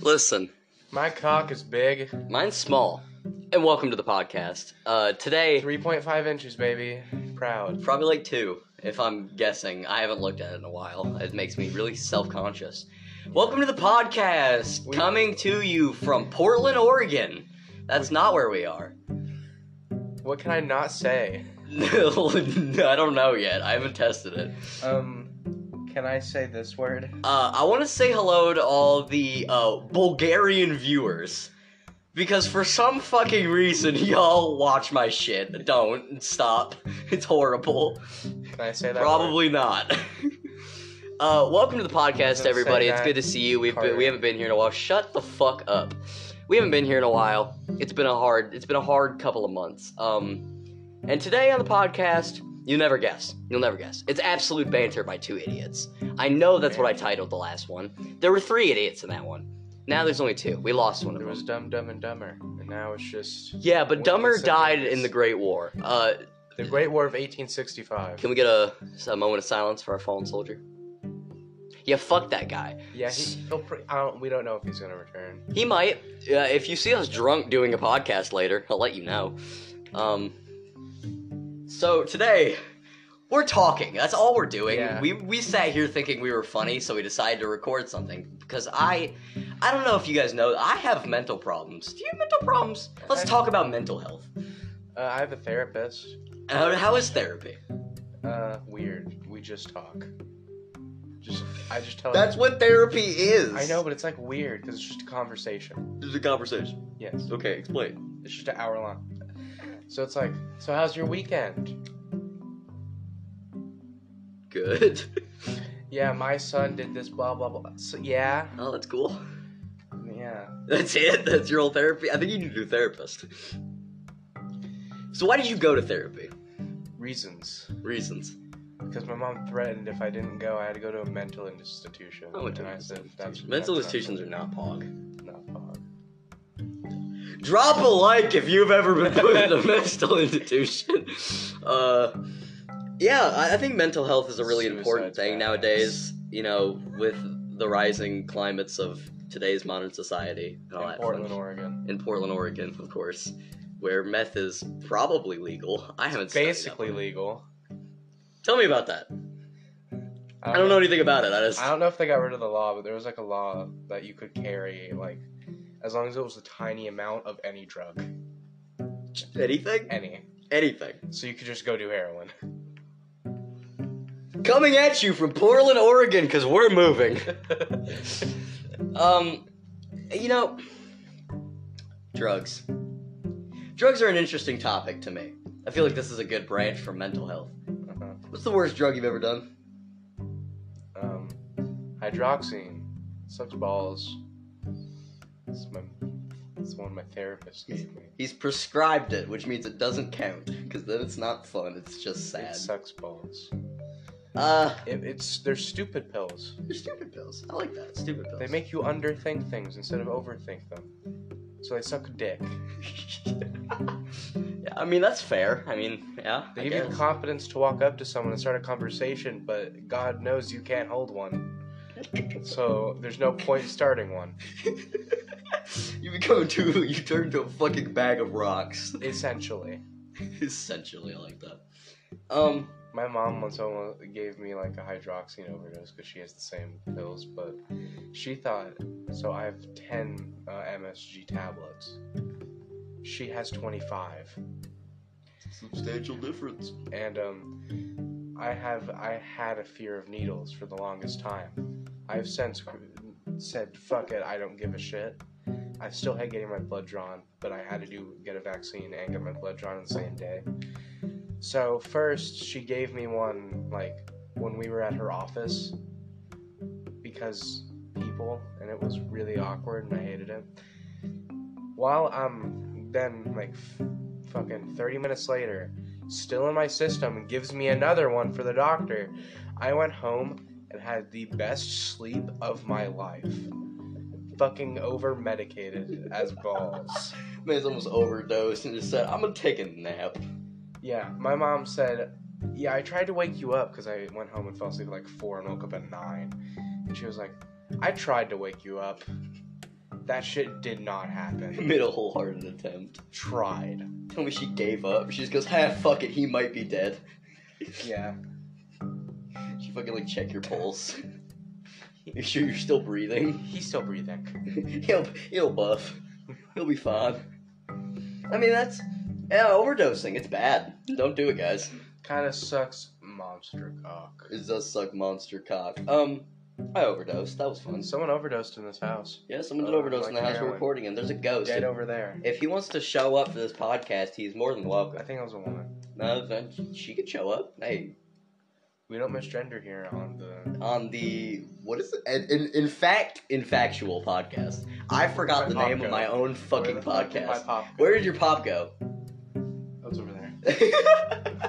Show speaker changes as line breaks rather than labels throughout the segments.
Listen,
My cock is big.
mine's small. And welcome to the podcast. Uh, today,
3.5 inches, baby. Proud.
probably like two, if I'm guessing. I haven't looked at it in a while. It makes me really self conscious. Welcome to the podcast,
We-
coming to you from Portland, Oregon. That's not where we are.
What can I not say?
I don't know yet. I haven't tested it.
Um, can I say this word?
Uh, I want to say hello to all the uh, Bulgarian viewers. Because for some fucking reason, y'all watch my shit. Don't. Stop. It's horrible.
Can I say that? word?
Probably not. uh, welcome to the podcast,
Don't say
everybody. It's
that,
good to see you. We've been, we
Carter.
haven't been here in a while. Shut the fuck up. We haven't been here in a while. It's been a hard it's been a hard couple of months. Um, and today on the podcast, you'll never guess. You'll never guess. It's absolute banter by two idiots. I know that's what I titled the last one. There were three idiots in that one. Now there's only two. We lost one of
It
them.
was dumb, dumb, and dumber. And now it's just
Yeah, but
What
Dumber
is it?
died in the Great War. Uh,
the Great War of 1865.
Can we get a, a moment of silence for our fallen soldier? Yeah, fuck that guy.
Yeah, he, he'll pre- I don't, we don't know if he's gonna return.
He might. Uh, if you see us drunk doing a podcast later, I'll let you know. Um. So today, we're talking. That's all we're doing.
Yeah.
We we sat here thinking we were funny, so we decided to record something because I, I don't know if you guys know, I have mental problems. Do you have mental problems? Let's
I-
talk about mental health.
Uh, I have a therapist.
How, how is therapy?
Uh, weird. We just talk. Just, I just tell
That's what therapy is.
I know, but it's like weird because it's just a conversation.
It's a conversation.
Yes.
Okay, explain.
It's just an hour long. So it's like, so how's your weekend?
Good.
Yeah, my son did this, blah, blah, blah. So, yeah.
Oh, that's cool.
Yeah.
That's it. That's your whole therapy. I think you need to do therapist. So why did you go to therapy?
Reasons.
Reasons.
Because my mom threatened if I didn't go, I had to go to a mental institution.
I went to
and
an
I said, that's
Mental
that's
institutions are not pog.
Not, not far.
Drop a like if you've ever been put in a mental institution. Uh, yeah, I, I think mental health is a really important
Suicide's
thing
badass.
nowadays. You know, with the rising climates of today's modern society and all
in
that
Portland,
fun.
Oregon.
in Portland, Oregon, of course, where meth is probably legal. I haven't studied up
Basically
on it.
legal.
Tell me about that. I don't know anything about it. I just
Um, I don't know if they got rid of the law, but there was like a law that you could carry, like, as long as it was a tiny amount of any drug.
anything,
Any.
anything.
So you could just go do heroin.
Coming at you from Portland, Oregon, because we're moving.
Uh-huh.
um, you know, drugs. Drugs are an interesting topic to me. I feel like this is a good branch for mental health.
Uh-huh.
What's the worst drug you've ever done?
Um, hydroxine sucks balls. It's my, it's one my therapist gave me.
He's prescribed it, which means it doesn't count, because then it's not fun. It's just
It
sad.
sucks balls.
Uh,
It, it's they're stupid pills.
they're stupid pills. I like that. Stupid pills.
They make you underthink things instead of overthink them. So they suck dick.
yeah, I mean that's fair. I mean, yeah. I
They give you
guess.
confidence to walk up to someone and start a conversation, but God knows you can't hold one. So there's no point in starting one.
You become too. You turn into a fucking bag of rocks.
Essentially,
Essentially, I like that. Um,
my mom once almost gave me like a hydroxine overdose because she has the same pills, but she thought so. I have ten uh, MSG tablets. She has twenty-five.
substantial difference.
and um, I have I had a fear of needles for the longest time. I've since said fuck it, I don't give a shit. I still had getting my blood drawn, but I had to do get a vaccine and get my blood drawn on the same day. So first she gave me one like when we were at her office because people and it was really awkward and I hated it. While I'm then like f- fucking 30 minutes later still in my system and gives me another one for the doctor. I went home and had the best sleep of my life. Fucking over medicated as balls.
Man's almost overdosed and just said, "I'm gonna take a nap."
Yeah, my mom said, Yeah, I tried to wake you up because I went home and fell asleep at like 4 and woke up at 9. And she was like, I tried to wake you up. That shit did not happen.
Made a wholehearted attempt.
Tried.
Tell me she gave up. She just goes, "Ha, fuck it. He might be dead."
Yeah.
She fucking like check your pulse. Make sure you're still breathing.
He's still breathing.
he'll he'll buff. He'll be fine. I mean that's yeah overdosing. It's bad. Don't do it, guys.
Kind of sucks, monster cock.
It does suck monster cock. Um, I overdosed. That was fun.
Someone overdosed in this house.
Yeah, someone did
Oh,
overdose in the
like
house we're
heroin.
recording in. There's a ghost.
Dead over there.
If he wants to show up for this podcast, he's more than
I
welcome.
think it was a woman.
No, then she could show up. Hey,
We don't misgender here on the.
on the what is it? In, in, in fact, in factual podcast. I forgot the
Where'd my
name
pop
of
go?
my own fucking
Where the fuck did My
podcast.
pop.
Where did your pop go?
That was over there.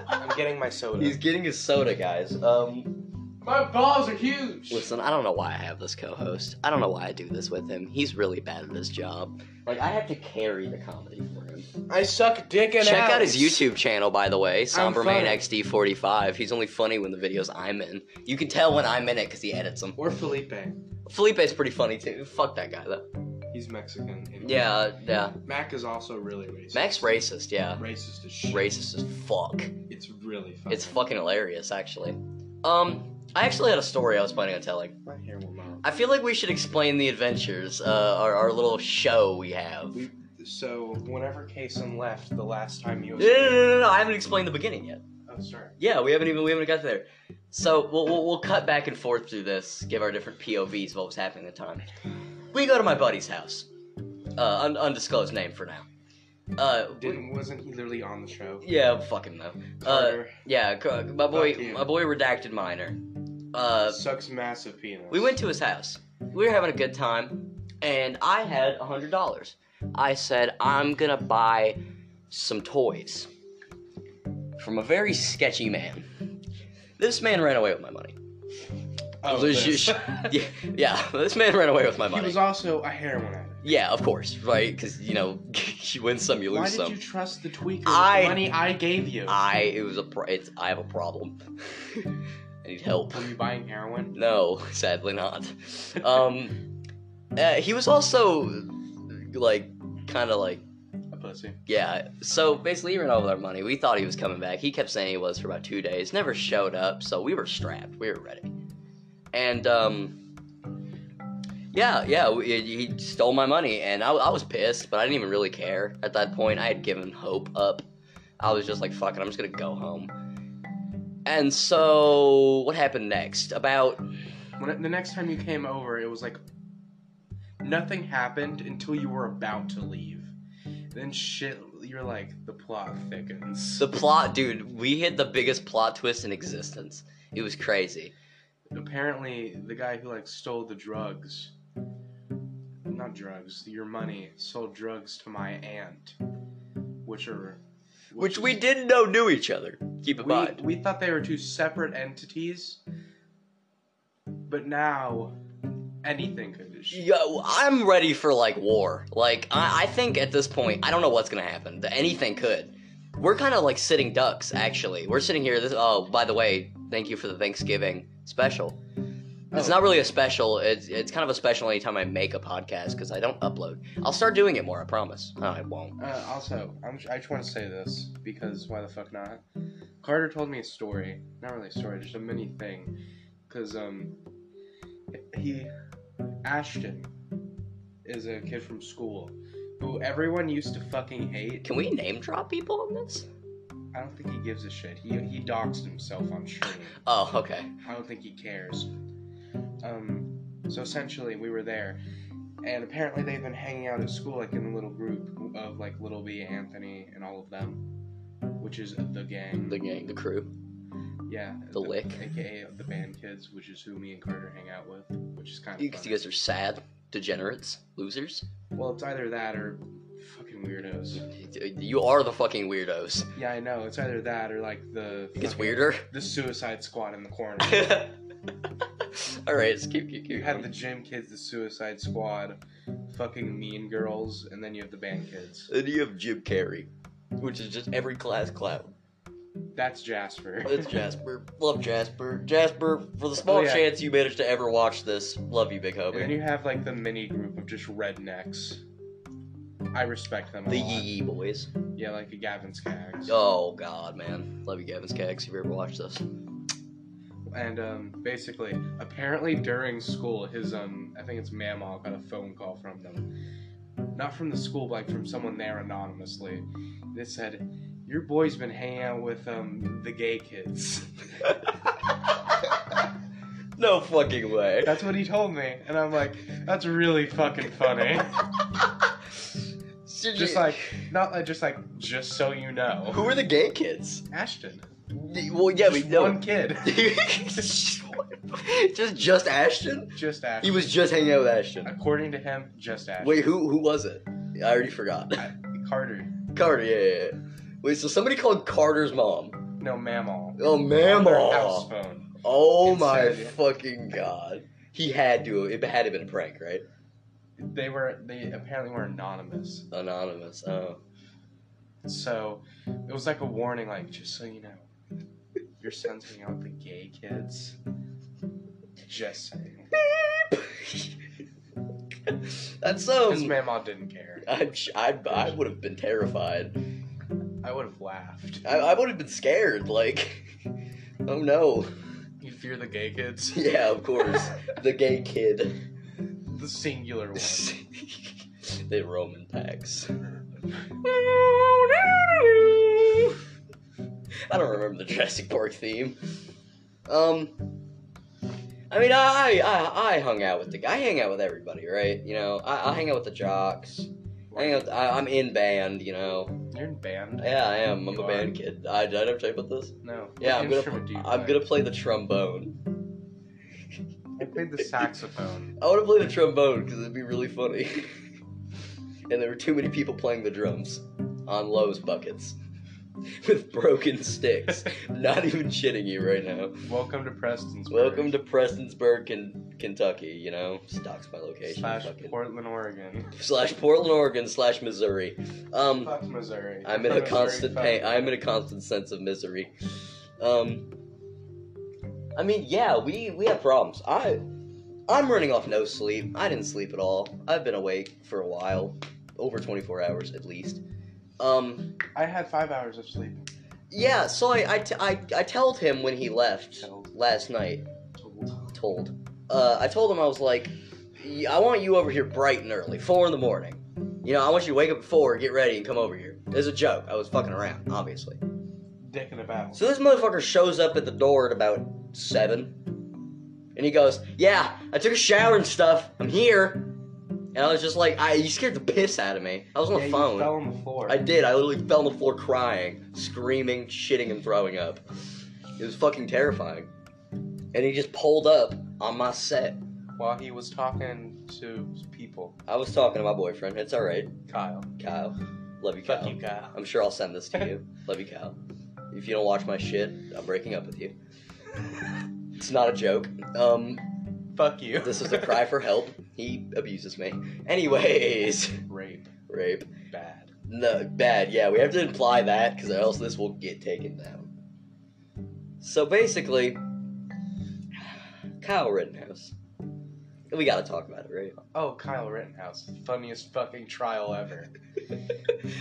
I'm getting my soda.
he's getting his soda, guys. Um,
My balls are huge.
listen, I don't know why I have this co-host. I don't know why I do this with him. He's really bad at his job. Like I have to carry the comedy for him.
I suck dick and
Check out
ass.
his YouTube channel, by the way,
funny.
SomberManXD45. He's only funny when the videos I'm in. You can tell when I'm in it because he edits them.
Or Felipe.
Felipe's pretty funny too. Fuck that guy though.
He's Mexican. and-
Yeah, yeah.
Mac is also really racist.
Mac's racist. Yeah,
Racist as shit.
racist as fuck.
It's really funny.
It's fucking hilarious, actually. Um, I actually had a story I was planning on telling.
My hair will melt.
I feel like we should explain the adventures, uh, our, our little show we have.
We- So whenever Kason left the last time you.
No, no, no, no, no. I haven't explained the beginning yet.
Oh, sorry.
Yeah, we haven't even we haven't got there. So we'll, we'll we'll cut back and forth through this, give our different POVs of what was happening at the time. We go to my buddy's house, uh, un- undisclosed name for now. Uh, we-
Didn't wasn't he literally on the show?
yeah, fuck him though. Uh,
Carter
yeah, c- my boy,
Fuck you.
my boy, redacted minor. Uh,
sucks massive penis.
we went to his house. We were having a good time, and I had a hundred dollars. I said, I'm gonna buy some toys from a very sketchy man. This man ran away with my money.
Oh,
There's
this.
just- Yeah, yeah. This man ran away with my
he
money.
was also a heroin addict.
yeah, of course, right? Because you know, you win some, you lose
Why did
some.
you trust the tweaker? with
I-
the money I gave you.
I it was a pro- it's I have a problem. I need help.
Were you buying heroin?
No, sadly not. Um, uh, he was also like kind of like
A pussy.
yeah. So basically, he ran over our money. We thought he was coming back. He kept saying he was for about two days. Never showed up. So we were strapped. We were ready. And um, yeah, yeah. we- He he stole my money, and I, I was pissed, but I didn't even really care at that point. I had given hope up. I was just like, "Fuck it, I'm just gonna go home." And so, what happened next? About
When the next time you came over, it was like nothing happened until you were about to leave. Then shit, you're like the plot thickens.
The plot, dude, we hit the biggest plot twist in existence. It was crazy.
Apparently, the guy who like stole the drugs, not drugs, your money, sold drugs to my aunt, which are
Which we didn't know knew each other. Keep in
we,
mind.
we thought they were two separate entities, but now anything could.
Yo, I'm ready for like war. Like I, I think at this point, I don't know what's gonna happen. Anything could. We're kind of like sitting ducks, actually. We're sitting here. This. Oh, by the way, thank you for the Thanksgiving special. It's
Oh.
not really a special. It's it's kind of a special anytime I make a podcast because I don't upload. I'll start doing it more. I promise. No, I won't.
Uh, also, I'm, I just want to say this because why the fuck not? Carter told me a story, not really a story, just a mini thing, because um, he Ashton is a kid from school who everyone used to fucking hate.
Can we name drop people on this?
I don't think he gives a shit. He he doxed himself on stream.
Oh, okay.
I don't think he cares. Um, so essentially, we were there, and apparently they've been hanging out at school, like in a little group of like Little B, Anthony, and all of them, which is the gang.
The gang, the crew.
yeah,
the lick.
aka the band kids, which is who me and Carter hang out with, which is kind of.
Because you guys are sad, degenerates, losers.
Well, it's either that or fucking weirdos.
You are the fucking weirdos.
Yeah, I know. It's either that or like the.
It gets
fucking-
weirder.
The Suicide Squad in the corner.
All right, let's keep, keep,
You
keep.
have the gym kids, the Suicide Squad, fucking Mean Girls, and then you have the band kids.
Then you have Jim Carrey, which is just every class clown.
That's Jasper.
It's Jasper. Love Jasper. Jasper, for the small
Oh, yeah.
chance you managed to ever watch this, love you, big
And
homie.
then you have like the mini group of just rednecks. I respect them. A
The Yee
lot.
Yee Boys.
Yeah, like a Gavin's Cags.
Oh God, man, love you, Gavin's Cags. If you ever watched this,
And um, basically, apparently during school, his um, I think it's Mamaw got a phone call from them, not from the school, but like from someone there anonymously. That said, "Your boy's been hanging out with um the gay kids."
no fucking way.
That's what he told me, and I'm like, "That's really fucking funny."
Did
just
you-
like, not like, just like, just so you know,
who are the gay kids?
Ashton.
The- Well, yeah,
just
we know.
one kid.
just just Ashton.
Just Ashton.
He was just hanging out with Ashton.
According to him, just Ashton.
Wait, who who was it? I already forgot.
Carter.
Carter. Yeah, yeah, yeah. Wait, so somebody called Carter's mom.
No, Mamaw.
Oh,
On their House
Mamaw.
phone.
Oh my
Insanity.
fucking god. He had to. It had to have been a prank, right?
they were they apparently were anonymous
Anonymous. Oh.
so it was like a warning like just so you know your son's hanging out with the gay kids just saying
That's
because
um.
mamaw didn't care
I, I, I would have been terrified.
i would have laughed
I, I would have been scared. Like, oh no.
you fear the gay kids
Yeah, of course. the gay kid.
the singular one
the Roman packs. I don't remember the Jurassic Park theme. Um, I mean, I, I I hung out with the guy. I hang out with everybody, right? You know, I, I hang out with the jocks. I hang out. With, I, I'm in band, you know.
you're in band
Yeah, I am. I'm
You
a
are?
band kid. I did I never tell you about this.
no
Yeah,
What
I'm gonna-
instrument do you
I'm
play?
gonna play the trombone.
i played the saxophone
I want to play the trombone because it'd be really funny. and there were too many people playing the drums on Lowe's buckets with broken sticks. Not even shitting you right now.
welcome to preston's
Welcome to Prestonsburg, Ken- Kentucky. You know, stocks my location.
slash
fucking-
portland oregon
slash Portland, Oregon. Slash Missouri. Um.
fuck missouri
I'm in a
Fuck Missouri,
constant
fuck
pain. I'm in a constant sense of misery. Um, I mean, yeah, we we have problems. I I'm running off no sleep. I didn't sleep at all. I've been awake for a while, over 24 hours at least. Um,
i had five hours of sleep
yeah. So I I t- I, I told him when he left
Told.
last night. Told. Uh, I told him I was like, "Y- I want you over here bright and early, four in the morning. You know, I want you to wake up at four, get ready, and come over here. It's a joke. I was fucking around, obviously.
dick in a battle
So this motherfucker shows up at the door at about seven, and he goes, "Yeah, I took a shower and stuff. I'm here." And I was just like, "I," he scared the piss out of me. I was on
Yeah,
the
you
phone.
fell on the floor.
I did. I literally fell on the floor crying, screaming, shitting, and throwing up. It was fucking terrifying. And he just pulled up on my set.
While he was talking to people,
I was talking to my boyfriend. It's all right,
Kyle. Um,
Kyle. Love you, Kyle.
Kyle.
I'm sure I'll send this to you. Love you, Kyle. If you don't watch my shit, I'm breaking up with you. It's not a joke. Um,
Fuck you.
this is a cry for help. He abuses me. Anyways,
Rape.
rape.
Bad.
No, bad. Yeah, we have to imply that because else this will get taken down. So basically, Kyle Rittenhouse. We gotta talk about it, right?
Oh, Kyle Rittenhouse. Funniest fucking trial ever.
Why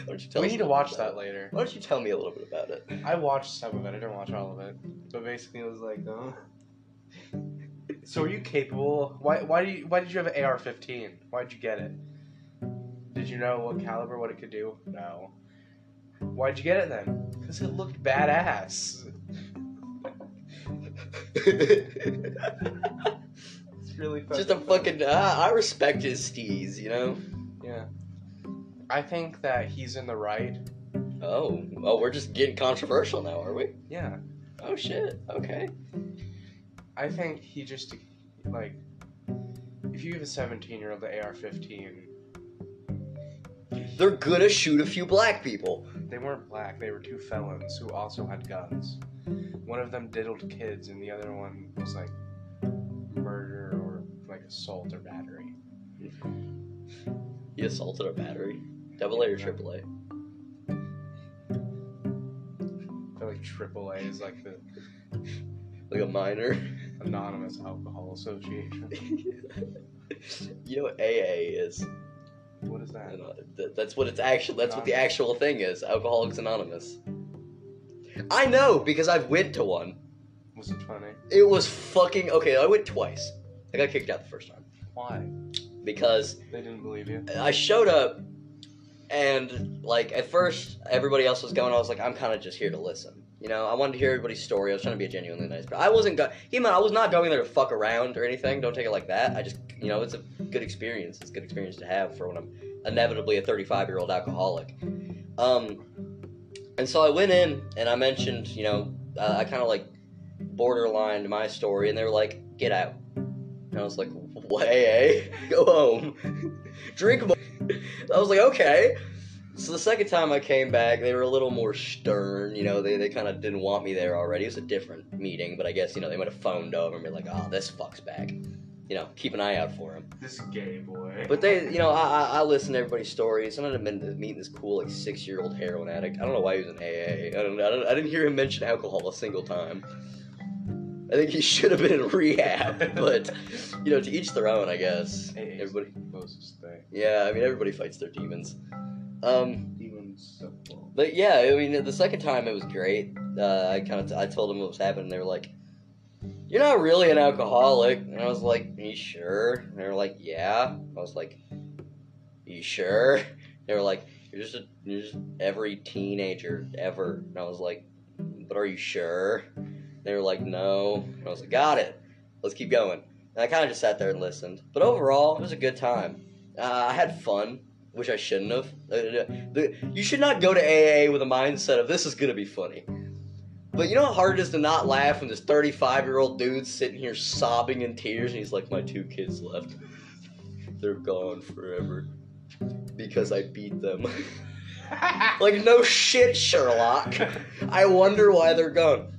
don't you tell
we
us
need
a
to
little
watch
bit about
that later.
it? Why don't you tell me a little bit about it?
I watched some of it. I didn't watch all of it. But basically, it was like, oh. So are you capable? Why? Why do you? Why did you have an AR-15? Why'd you get it? Did you know what caliber, what it could do? No. Why'd you get it then? Because it looked badass. It's really fucking
Just a
funny.
fucking. Uh, I respect his steez, you know.
Yeah. I think that he's in the right.
Oh, oh, we're just getting controversial now, are we?
Yeah.
Oh shit. Okay.
I think he just, like, if you give a 17 year old the AR 15,
They're gonna shoot a few black people.
they weren't black, they were two felons who also had guns. One of them diddled kids, and the other one was, like, murder or, like, assault or battery.
He assaulted a battery. Double A or triple A?
But, like AAA is like the
like a minor.
Anonymous Alcohol Association.
You know what AA is?
What is that?
And, uh, th- that's what it's actually. That's what the
Anonymous.
actual thing is. Alcoholics Anonymous. I know because I've went to one.
Was it funny?
It was fucking okay. I went twice. I got kicked out the first time
Why?
because
They didn't believe you.
I showed up, and like at first everybody else was going. I was like, I'm kind of just here to listen. You know, I wanted to hear everybody's story. I was trying to be a genuinely nice, but I wasn't. Go- you know, I was not going there to fuck around or anything. Don't take it like that. I just, you know, it's a good experience. It's a good experience to have for when I'm inevitably a 35 year old alcoholic. Um, and so I went in and I mentioned, you know, uh, I kind of like borderlined my story, and they were like, "Get out." And I was like, "What? AA? Go home. Drink more." I was like, "Okay." So the second time I came back, they were a little more stern. You know, they, they kind of didn't want me there already. It was a different meeting, but I guess you know they might have phoned over and be like, "Oh, this fuck's back." You know, keep an eye out for him.
This gay boy.
But they, you know, I, I, I listen to everybody's stories. I ended up men- meeting this cool, like, six year old heroin addict. I don't know why he was in AA. I, don't, I, don't, I didn't hear him mention alcohol a single time. I think he should have been in rehab, but, you know, to each their own, I guess.
AA is
Everybody,
the closest thing.
yeah, I mean, everybody fights their demons. Um,
Demons. so-
but yeah, I mean, the second time it was great. Uh, I kind of I told them what was happening. and They were like, "You're not really an alcoholic," and I was like, "You sure?" And they were like, "Yeah." I was like, "You sure?" They were like, "You're just, a, you're just every teenager ever," and I was like, "But are you sure?" They were like, "No," and I was like, "Got it. Let's keep going." And I kind of just sat there and listened. But overall, it was a good time. Uh, I had fun, which I shouldn't have. Uh, the- You should not go to AA with a mindset of this is gonna be funny. But you know how hard it is to not laugh when this 35 year old dude's sitting here sobbing in tears and he's like, My two kids left. They're gone forever. Because I beat them. like, no shit, Sherlock. I wonder why they're gone.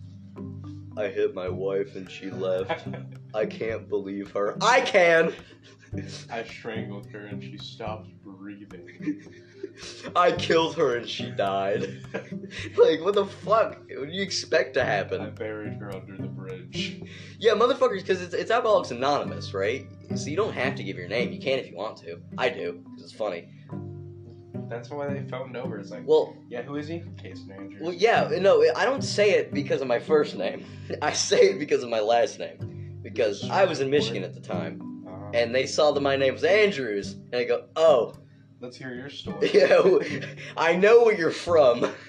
I hit my wife and she left. I can't believe her. I can!
I strangled her and she stopped breathing.
I killed her and she died. like, what the fuck? What do you expect to
I
happen?
buried her under the bridge.
Yeah, motherfuckers, because it's, it's Alcoholics Anonymous, right? So you don't have to give your name. You can if you want to. I do, because it's funny.
That's why they phoned over. It's like,
Well,
yeah, who is he? Case manager.
well, yeah, no, I don't say it because of my first name. I say it because of my last name. Because I was in Michigan at the time,
Um,
and they saw that my name was Andrews, and I go, oh,
let's hear your story.
you know, I know where you're from.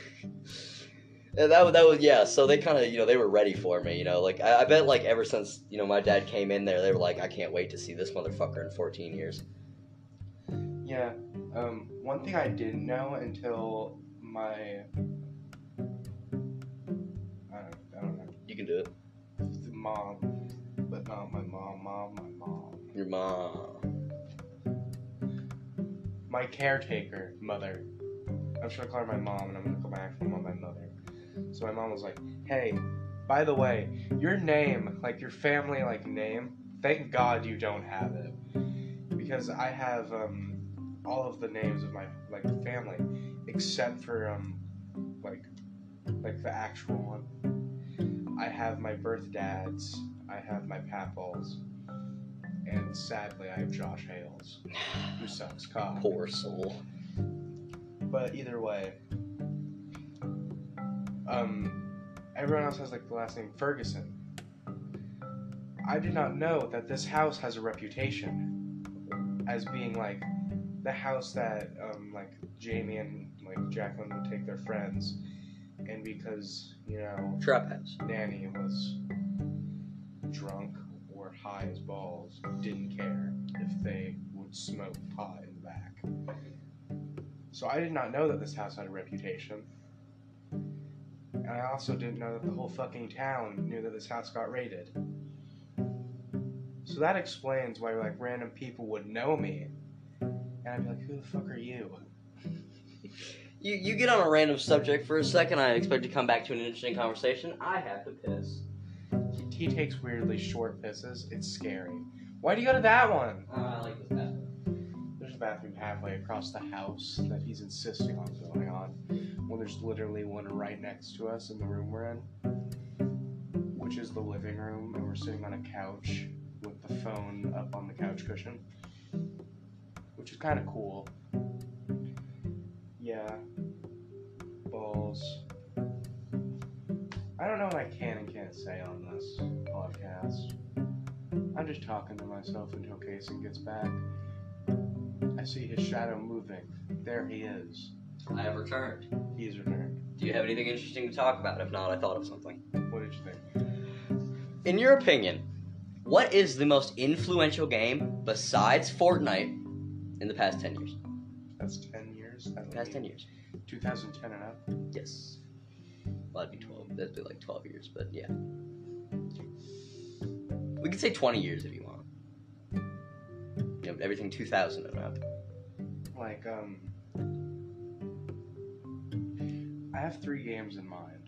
And that, wa- that was yeah. So they kind of you know they were ready for me. You know, like I, I bet like ever since you know my dad came in there, they were like, I can't wait to see this motherfucker in 14 years.
Yeah. Um, one thing I didn't know until my. I don't, I don't know.
You can do it.
The mom. But not my mom, mom, my mom.
Your mom.
My caretaker, mother. I'm just gonna call her my mom, and I'm gonna call my actual mom my mother. So my mom was like, hey, by the way, your name, like your family, like name, thank God you don't have it. Because I have um, all of the names of my like family, except for um, like like the actual one. I have my birth dads, I have my papals, and sadly I have Josh Hales, who sucks cock.
Poor soul.
But either way, um, everyone else has like the last name Ferguson. I did not know that this house has a reputation as being like the house that um, like Jamie and like Jacqueline would take their friends, and because you know
Trap house.
Nanny was drunk or high as balls, didn't care if they would smoke pot in the back. So I did not know that this house had a reputation. And I also didn't know that the whole fucking town knew that this house got raided. So that explains why like random people would know me. And I'd be like, who the fuck are you?
You you get on a random subject for a second. I expect to come back to an interesting conversation. I have to piss.
He, he takes weirdly short pisses. It's scary. Why'd you go to that one?
Uh, I like this bathroom.
There's a bathroom halfway across the house that he's insisting on going on. Well, there's literally one right next to us in the room we're in, which is the living room, and we're sitting on a couch with the phone up on the couch cushion, which is kind of cool. Yeah. Balls. I don't know what I can and can't say on this podcast. I'm just talking to myself until Casey gets back. I see his shadow moving. There he is.
I have returned.
He's returned.
Do you have anything interesting to talk about? If not, I thought of something.
What did you think?
In your opinion, what is the most influential game besides Fortnite in the past 10 years?
That's 10 years? That would
Past
be
10 years.
2010 and up.
Yes. Well, that'd be 12. That'd be like 12 years, but yeah. We could say 20 years if you want. You know, everything 2000 and up.
Like, um. I have three games in mind.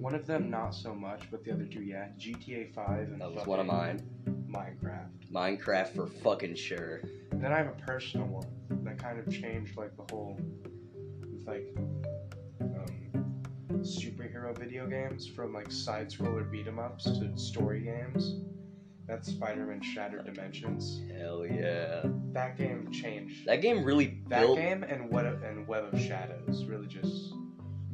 One of them, not so much, but the other two, yeah. GTA 5 and
That was one of mine.
fucking Minecraft.
Minecraft for fucking sure.
Then I have a personal one that kind of changed like the whole it's like um, superhero video games from like side scroller beat 'em ups to story games. That's Spider-Man Shattered Dimensions.
Hell yeah.
That game changed.
That game really
That
built.
game and what and Web of Shadows really just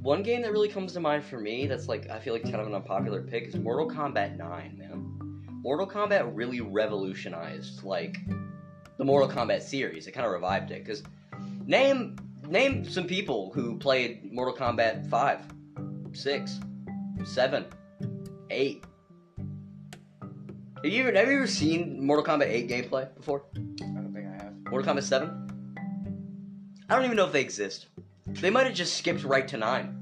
One game that really comes to mind for me that's like, I feel like kind of an unpopular pick is Mortal Kombat 9, man. Mortal Kombat really revolutionized, like, the Mortal Kombat series. It kind of revived it. Because name, name some people who played Mortal Kombat 5, 6, 7, 8. Have you ever, have you ever seen Mortal Kombat 8 gameplay before?
I don't think I have.
Mortal Kombat 7? I don't even know if they exist. They might have just skipped right to 9.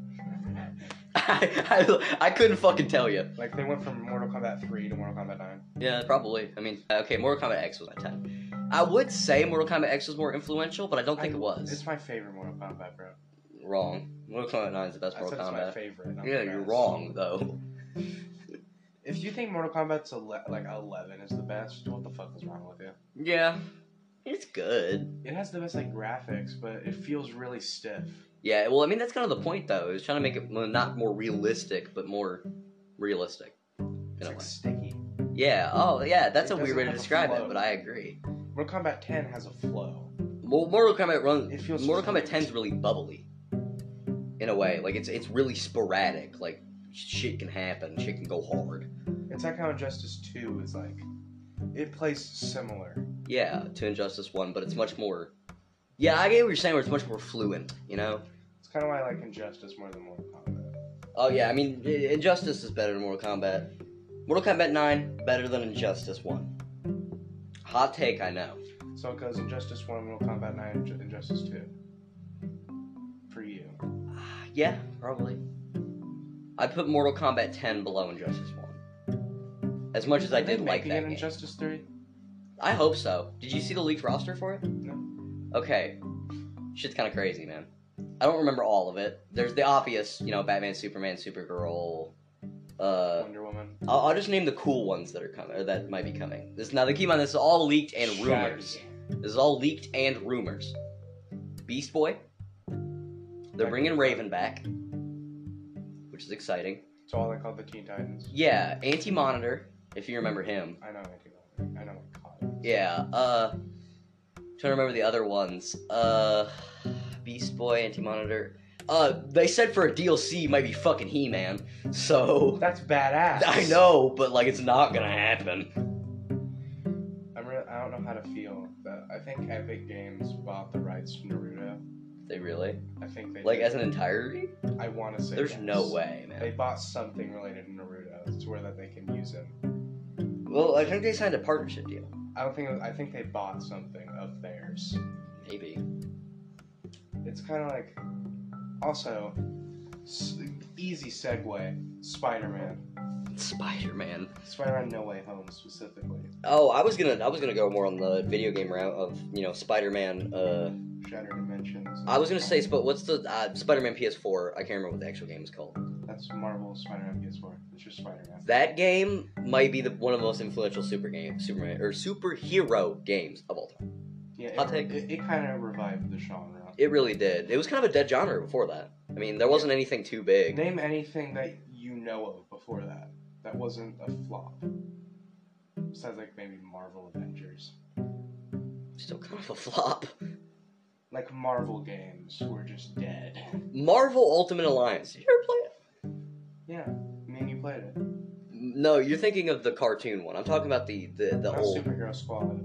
I, I, I couldn't fucking tell you.
Like they went from Mortal Kombat 3 to Mortal Kombat 9.
Yeah, probably. I mean, okay, Mortal Kombat X was my 10. I would say Mortal Kombat X was more influential, but I don't think
I-
it was.
It's my favorite Mortal Kombat, bro.
Wrong. Mortal Kombat 9 is the best
I said
Mortal
it's my
Kombat.
favorite. not
Yeah,
the
you're
best.
wrong, though.
If you think Mortal Kombat's ele- like 11 is the best, what the fuck is wrong with you?
Yeah. It's good.
It has the best like graphics, but it feels really stiff.
Yeah, well, I mean, that's kind of the point, though. It was trying to make it well, not more realistic, but more realistic.
It's
In a
like
way.
sticky.
Yeah, oh, yeah, that's
It
a weird way to
doesn't
describe
have a
it,
flow.
but I agree.
Mortal Kombat 10 has a flow.
Well, Mortal Kombat run.
It feels
Mortal Kombat
fluid.
10 is really bubbly, in a way. Like it's it's really sporadic. Like shit can happen. Shit can go hard.
It's like how Injustice 2 is like. It plays similar.
Yeah, to Injustice One, but it's much more. Yeah, I get what you're saying. Where it's much more fluent. You know.
It's kind of why I like Injustice more than Mortal Kombat.
Oh yeah, I mean I- Injustice is better than Mortal Kombat. Mortal Kombat 9 better than Injustice One. Hot take, I know.
So it goes Injustice 1, Mortal Kombat 9, Inju- Injustice 2. For you.
Ah, Yeah, probably. I put Mortal Kombat 10 below Injustice 1. As much as I
Are they
did like
making
that
an
game.
Injustice 3?
I hope so. Did you see the leaked roster for it?
No.
Okay. Shit's kind of crazy, man. I don't remember all of it. There's the obvious, you know, Batman, Superman, Supergirl. Uh,
Wonder Woman.
I'll, I'll just name the cool ones that are coming, or that might be coming. This now, the key on this is all leaked and rumors.
Shaggy.
This is all leaked and rumors. Beast Boy. They're
That
bringing
could be
Raven back, which is exciting.
It's all they call the Teen Titans.
Yeah, Anti Monitor, if you remember him.
I know I do. I know I caught it.
Yeah, uh trying to remember the other ones. Uh Beast Boy, Anti Monitor. Uh they said for a DLC might be fucking He Man. So
That's badass.
I know, but like it's not gonna happen.
I'm re- I don't know how to feel, but I think Epic Games bought the rights to Naruto.
They really?
I think they
Like
did.
as an entirety?
I want to say
There's
yes.
no way,
They
man.
bought something related to Naruto to where that they can use him.
Well, I think they signed a partnership deal.
I don't think it was- I think they bought something of theirs.
Maybe.
It's kind of like also s- easy segue Spider-Man.
Spider Man.
Spider-Man No Way Home specifically.
Oh, I was gonna I was gonna go more on the video game route of, you know, Spider Man uh
Shattered Dimensions.
I was gonna say but what's the uh, Spider Man PS4, I can't remember what the actual game is called.
that's Marvel Spider-Man PS4. It's just Spider-Man.
That game might be the, one of the most influential super game, Superman or superhero games of all time.
Yeah,
Hot
it,
take.
it, it kind of revived the genre.
It really did. It was kind of a dead genre before that. I mean, there wasn't anything too big.
Name anything that you know of before that that wasn't a flop. Besides, like maybe Marvel Avengers,
Still kind of a flop.
like Marvel games were just dead.
Marvel Ultimate Alliance. Did you ever play it?
Yeah, me and you played it.
No, you're thinking of the cartoon one. I'm talking about the the, the
Not
old
superhero squad.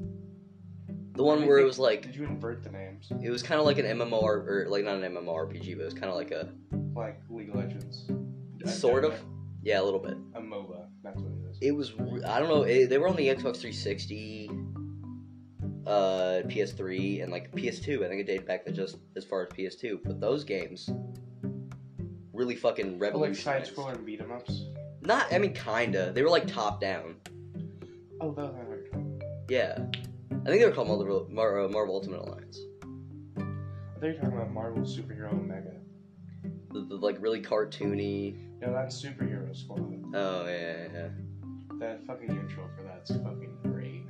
the one where it was like
Did you invert the names
it was kind of like an MMO or like not an MMORPG, but it was kind of like a
like League of Legends?
Sort of. yeah, a little bit.
A MOBA. That's what it is.
It was re- I don't know. It, they were on the Xbox 360, uh, PS3, and like PS2. I think it dated back to just as far as PS2. But those games really fucking
But, like side
revolutionized.
scroller and beat 'em ups.
Not I mean kinda. They were like top down.
Oh, those I heard.
Yeah, I think they were called Marvel, Mar- uh, Marvel Ultimate Alliance.
I thought you were talking about Marvel Superhero Omega.
The, the, like really cartoony.
No, that's Superhero Squad.
Oh yeah, yeah, yeah.
That fucking intro for that's fucking great.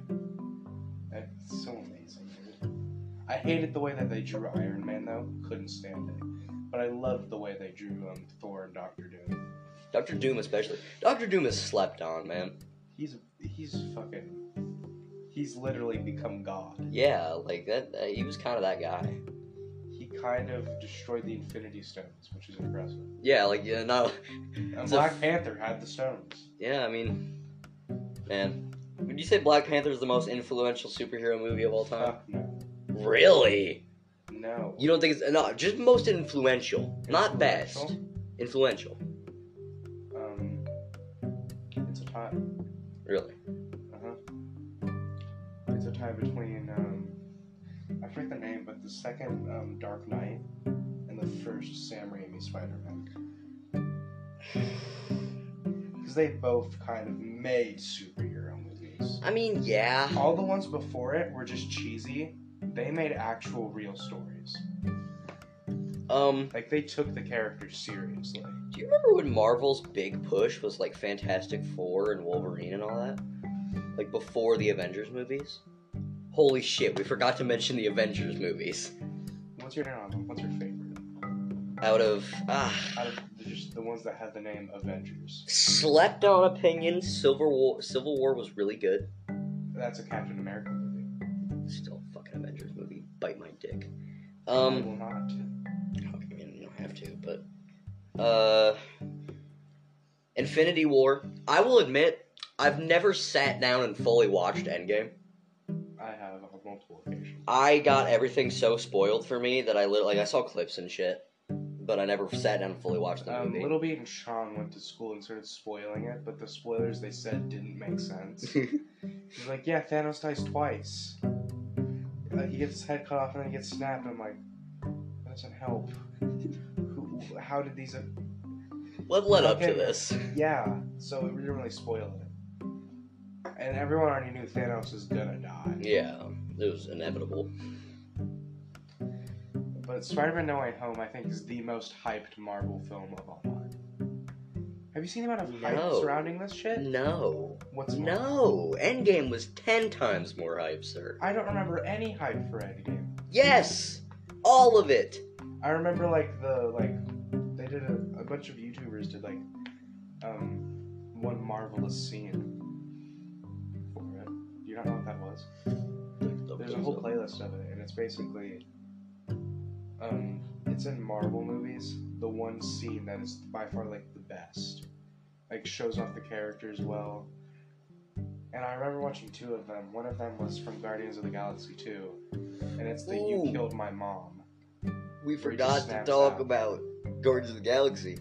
That's so amazing. dude. I hated the way that they drew Iron Man though. Couldn't stand it. But I loved the way they drew um, Thor and Doctor Doom.
Doctor Doom especially. Doctor Doom is slept on, man.
He's he's fucking. He's literally become God.
Yeah, like that. that he was kind of that guy.
He kind of destroyed the Infinity Stones, which is impressive.
Yeah, like yeah, not.
And
So-
Black Panther had the stones.
Yeah, I mean, man, would you say Black Panther is the most influential superhero movie of all time?
Fuck no.
Really?
No.
You don't think it's no, just most influential, not best. Influential,
Influential? Um, it's a tie.
really.
Uh-huh. It's a tie between um, I forget the name, but the second um, Dark Knight and the first Sam Raimi Spider-Man. Because they both kind of made superhero movies.
I mean, yeah,
All the ones before it were just cheesy. They made actual real stories.
um.
Like they took the characters seriously.
Do you remember when Marvel's big push was like Fantastic Four and Wolverine and all that? Like before the Avengers movies? Holy shit, we forgot to mention the Avengers movies.
What's your name? What's your favorite?
Out of ah
Out of the, just the ones that had the name Avengers.
slept on opinion, Silver War Civil War was really good.
That's a Captain America movie.
Still a fucking Avengers movie. Bite my dick.
I will
Um
not.
I mean you don't have to, but uh Infinity War. I will admit, I've never sat down and fully watched Endgame.
I have on multiple occasions.
I got everything so spoiled for me that I literally like I saw clips and shit, but I never sat down and fully watched the
Um,
movie.
Little Big and Sean went to school and started spoiling it, but the spoilers they said didn't make sense. He's like, yeah, Thanos dies twice. Like, he gets his head cut off and then he gets snapped. I'm like, that doesn't help. Who, how did these?
what led up to
Okay.
this?
Yeah, so it didn't really spoil it. And everyone already knew Thanos is gonna die.
Yeah, it was inevitable.
But Spider-Man: No Way Home, I think, is the most hyped Marvel film of all time. Have you seen the amount of hype
No.
surrounding this shit?
No,
What's more?
no. Endgame was ten times more hype, sir.
I don't remember any hype for Endgame.
Yes, all of it.
I remember like the like they did a, a bunch of YouTubers did like um one marvelous scene for it. Do you not know what that was? There's a whole
oh.
playlist of it, and it's basically um it's in Marvel movies the one scene that is by far like the best, like shows off the characters well. And I remember watching two of them. One of them was from Guardians of the Galaxy 2, and it's the
Ooh.
"You Killed My Mom."
We
just
forgot to
snaps
talk
out.
about Guardians of the Galaxy.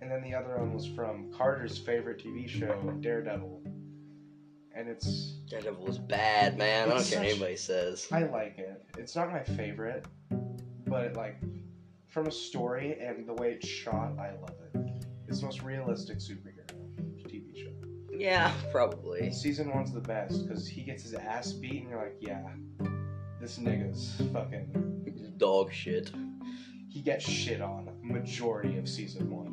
And then the other one was from Carter's favorite TV show, Daredevil. And it's
Daredevil was bad, man. I don't
It's
care what
such-
anybody says.
I like it. It's not my favorite, but like from a story and the way it's shot, I love it. It's the most realistic superhero TV show.
Yeah, probably.
Season one's the best because he gets his ass beat, and you're like, yeah, this nigga's fucking.
Dog shit.
He gets shit on majority of season one.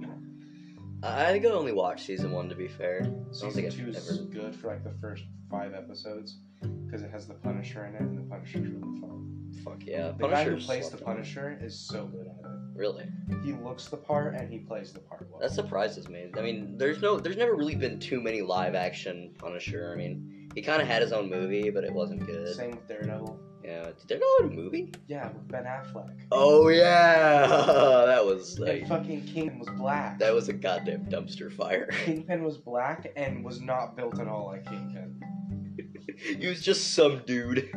I think I only watched season one to be fair. don't think
Season
I've
two is
ever-
good for like the first five episodes because it has the Punisher in it, and the Punisher's really fun.
Fuck yeah.
The guy who
Punisher's
plays the
slept on.
Punisher is so good at it.
Really?
He looks the part and he plays the part well.
That surprises me. I mean, there's no, there's never really been too many live action Punisher. I mean, he kind of had his own movie, but it wasn't good.
Same with Daredevil.
Yeah, did there not have a movie?
Yeah, with Ben Affleck.
Oh yeah, that was like,
and fucking Kingpin was black.
that was a goddamn dumpster fire.
Kingpin was black and was not built at all like Kingpin.
he was just some dude.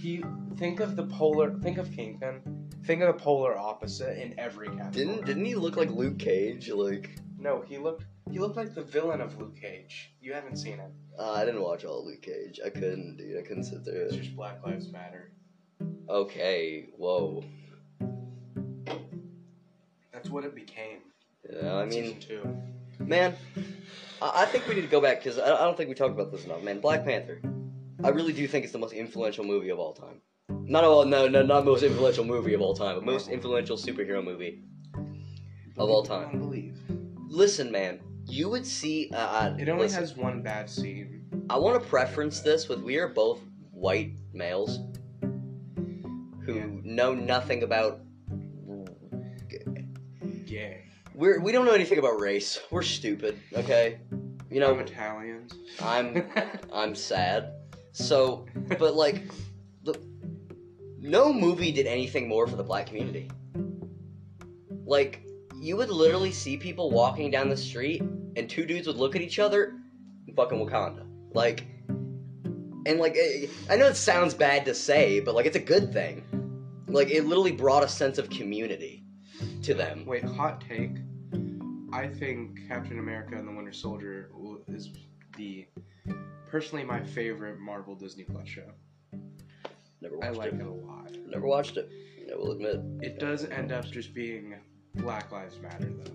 He think of the polar. Think of Kingpin. Think of the polar opposite in every category.
Didn't didn't he look like Luke Cage? Like,
No, he looked. He looked like the villain of Luke Cage. You haven't seen him.
uh, I didn't watch all of Luke Cage. I couldn't, dude. I couldn't sit through
It's
it.
just Black Lives Matter.
Okay, whoa.
That's what it became.
Yeah, I mean.
season two.
Man, I, I think we need to go back because I, I don't think we talked about this enough. Man, Black Panther, I really do think it's the most influential movie of all time. Not all, no, no, not most influential movie of all time, but most influential superhero movie of all
I
time.
don't believe.
Listen, man, you would see. Uh, I,
It only
listen,
has one bad scene.
I want to preference this with we are both white males who
Yeah.
know nothing about.
Gay.
We're we don't know anything about race. We're stupid. Okay, you know
I'm Italian.
I'm I'm sad. So, but like, look, no movie did anything more for the black community. Like, you would literally see people walking down the street, and two dudes would look at each other, fucking Wakanda. Like, and like, eh, I know it sounds bad to say, but like, it's a good thing. Like, it literally brought a sense of community to them.
Wait, hot take. I think Captain America and the Winter Soldier w- is the personally my favorite Marvel Disney Plus show.
Never
I
watched
like
it.
it a lot.
Never watched it. I will admit.
It does end up just being Black Lives Matter though,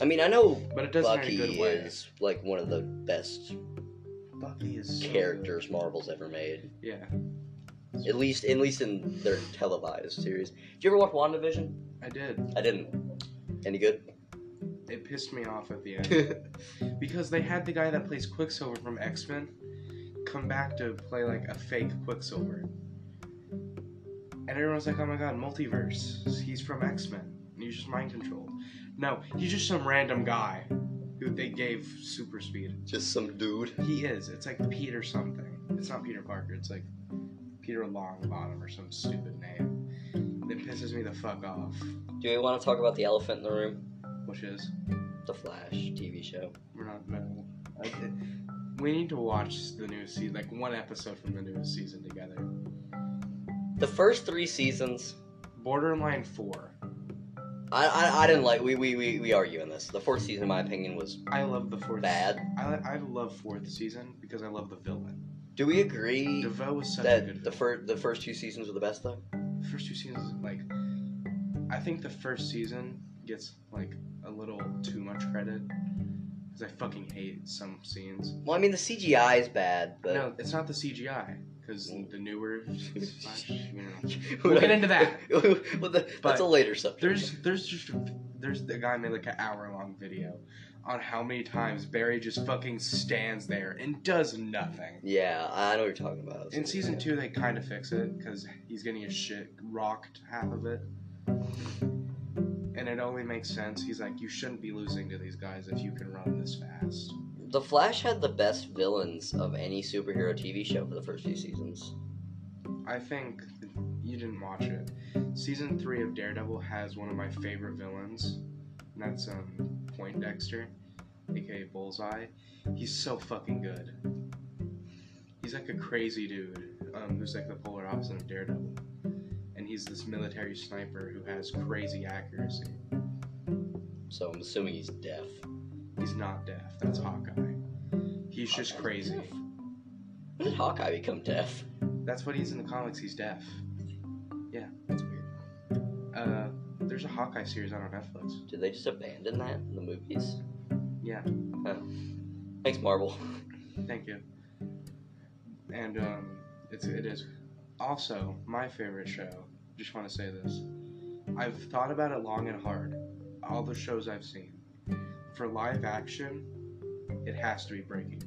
I mean, I know
but it does it
Bucky
in a good way.
is like one of the best
Bucky is so
characters Marvel's ever made.
good. Yeah,
At least, at least in their televised series. Did you ever watch WandaVision?
I did.
I didn't. Any good?
It pissed me off at the end because they had the guy that plays Quicksilver from X Men come back to play like a fake Quicksilver, and everyone's like, "Oh my God, multiverse! He's from X Men. He's just mind controlled." No, he's just some random guy who they gave super speed.
Just some dude.
He is. It's like Peter something. It's not Peter Parker. It's like Peter Longbottom or some stupid name. That pisses me the fuck off.
Do we want to talk about the elephant in the room?
Which is
The Flash TV show.
we're not no. I- We need to watch the new season, like one episode from the newest season together.
The first three seasons,
Borderline four.
I I, I didn't like. We, we we we argue in this. The fourth season, in my opinion, was
I love the fourth.
bad.
I li- I love fourth season because I love the villain.
Do we agree
DeVoe was such a
that
good.
the first the first two seasons were the best though?
the first two seasons like I think the first season gets like a little too much credit because I fucking hate some scenes.
Well, I mean the CGI is bad, but
no, it's not the CGI because
Mm.
the newer. Flash, you know. We'll get into that.
well, the, that's
But
a later subject.
There's there's just there's the guy made like an hour long video on how many times Barry just fucking stands there and does nothing.
Yeah, I know what you're talking about.
In season two, they kind of fix it because he's getting his shit rocked half of it. And it only makes sense. He's like, you shouldn't be losing to these guys if you can run this fast.
The Flash had the best villains of any superhero TV show for the first few seasons.
I think you didn't watch it. Season three of Daredevil has one of my favorite villains, and that's um Poindexter, aka Bullseye. He's so fucking good. He's like a crazy dude um, who's like the polar opposite of Daredevil, and he's this military sniper who has crazy accuracy.
So I'm assuming he's deaf.
He's not deaf. That's Hawkeye. He's just
Hawkeye's
crazy.
deaf. When did Hawkeye become deaf?
That's what he's in the comics. He's deaf.
That's weird.
Uh, there's a Hawkeye series out on Netflix.
Did they just abandon that in the movies?
Yeah.
Thanks, Marvel.
Thank you. And um, it's it is also my favorite show. Just want to say this. I've thought about it long and hard. All the shows I've seen, for live action, it has to be Breaking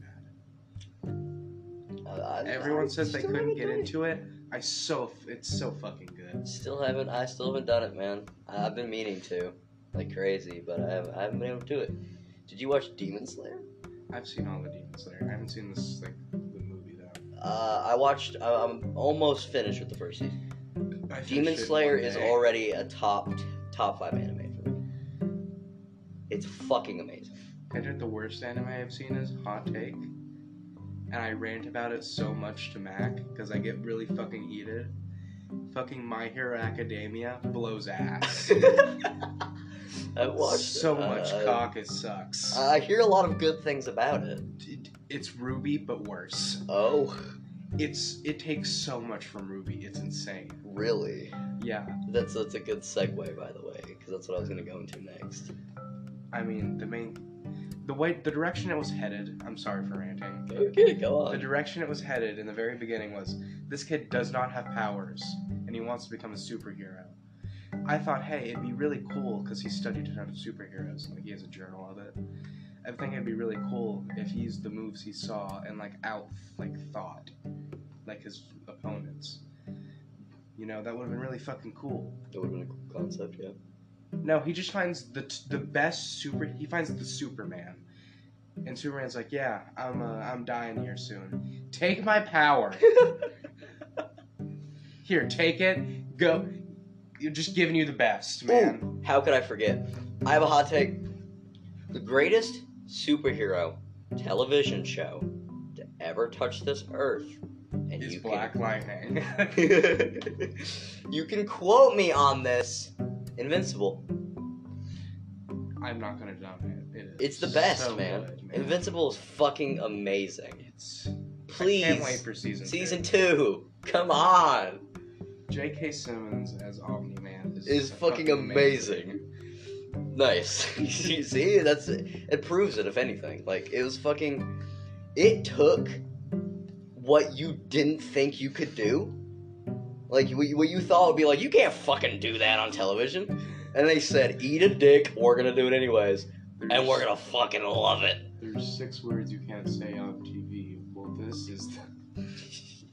Bad.
Uh, I- I- I
Everyone says they
still
couldn't
haven't
get
done
into it. I so it's so fucking good.
Still haven't. I still haven't done it, man. I- I've been meaning to, like crazy, but I haven't, I haven't been able to do it. Did you watch Demon Slayer?
I've seen all the Demon Slayer. I haven't seen this like the movie though.
Uh, I watched. I, I'm almost finished with the first season.
I
Demon
finished it
Slayer
one
is
day.
already a top top five anime for me. It's fucking amazing.
I think the worst anime I've seen is Hot Take, and I rant about it so much to Mac because I get really fucking heated. Fucking My Hero Academia blows ass.
I watched
so
it. Uh,
much
I-
cock, it sucks.
I hear a lot of good things about it.
It- it's Ruby, but worse.
Oh,
It's it takes so much from Ruby. It's insane.
really?
Yeah,
That's that's a good segue, by the way, because that's what I was gonna go into next.
I mean the main, the way the direction it was headed. I'm sorry for ranting.
Okay, go
The
on.
direction it was headed in the very beginning was this kid does not have powers and he wants to become a superhero. I thought, hey, it'd be really cool because he studied a ton of superheroes and like he has a journal of it. I think it'd be really cool if he used the moves he saw and like out like thought like his opponents. You know, that would have been really fucking cool.
That would have been a cool concept, yeah.
No, he just finds the t- the best super. He finds the Superman, and Superman's like, "Yeah, I'm uh, I'm dying here soon. Take my power. here, take it. Go. You're just giving you the best, man.
How could I forget? I have a hot take. The greatest superhero television show to ever touch this earth, and
It's
you
Black Lightning.
can you can quote me on this. Invincible.
I'm not gonna dump it. it is
It's the best,
so
man.
good, man.
Invincible is fucking amazing.
It's.
Please,
I can't wait for season
season
Two.
two. Come on.
J.K. Simmons as Omni Man is,
is fucking amazing. Nice. You See, that's it. it proves it. If anything, like it was fucking. It took what you didn't think you could do, like what you, what you thought would be like. You can't fucking do that on television, and they said, "Eat a dick. We're gonna do it anyways, and
There's-
we're gonna fucking love it."
There's six words you can't say on TV. Well, this is the.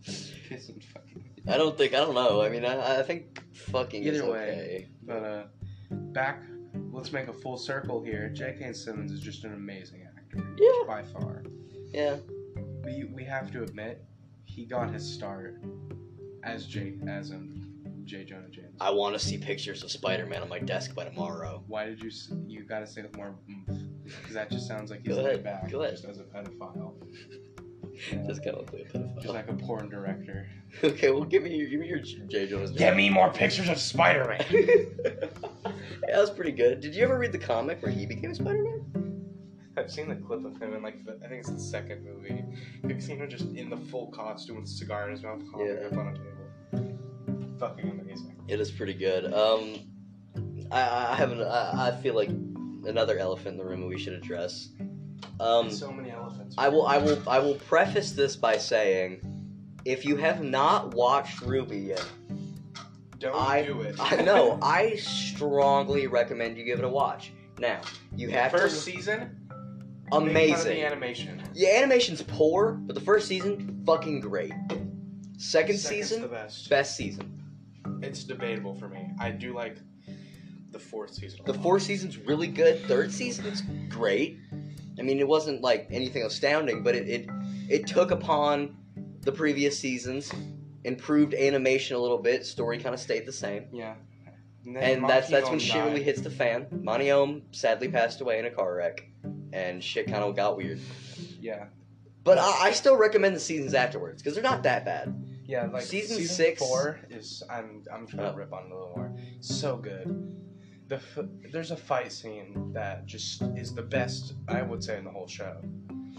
Kiss and fucking.
I don't think. I don't know. I mean, I, I think fucking is
Either way.
okay.
But, uh, back. Let's make a full circle here. J.K. Simmons is just an amazing actor.
Yeah.
By far.
Yeah.
We, we have to admit, he got his start as J. as um, J. Jonah James.
I want to see pictures of Spider-Man on my desk by tomorrow.
Why did you. s- You gotta say with more. Because that just sounds like he's
Go ahead,
laid back.
go ahead.
Just as a pedophile.
Just kind of like a pedophile.
Just like a porn director.
Okay, well, give me your, give me your J. J. Jonas.
Get me more pictures of Spider Man!
yeah, that's pretty good. Did you ever read the comic where he became Spider-Man?
I've seen the clip of him in like the, I think it's the second movie. Have you seen him just in the full costume with a cigar in his mouth, holding
Yeah.
up on a table? Fucking amazing.
It is pretty good. Um, I- I I haven't. I, I feel like another elephant in the room we should address. Um,
so many elephants.
I will. I will. I will preface this by saying, if you have not watched Ruby yet,
Don't
I-
do it.
I know I strongly recommend you give it a watch. Now you have
First
to.
season, make fun of
Amazing.
the animation.
The animation's poor, but the first season, fucking great. Second
Second's
season,
the best.
best season.
It's debatable for me. I do like the fourth season. a
The
lot.
fourth season's really good. Third season's great. I mean, it wasn't like anything astounding, but it it, it took upon the previous seasons, improved animation a little bit. Story kind of stayed the same,
Yeah. then
and that's that's when
Monty
shit really
died.
hits the fan. Monty Ohm sadly passed away in a car wreck, and shit kind of got weird.
Yeah.
But I, I still recommend the seasons afterwards because they're not that bad.
Yeah, like
Season
season,
six-
four is I'm I'm trying
Oh.
to rip on it a little more. So good. The f- there's a fight scene that just is the best I would say in the whole show.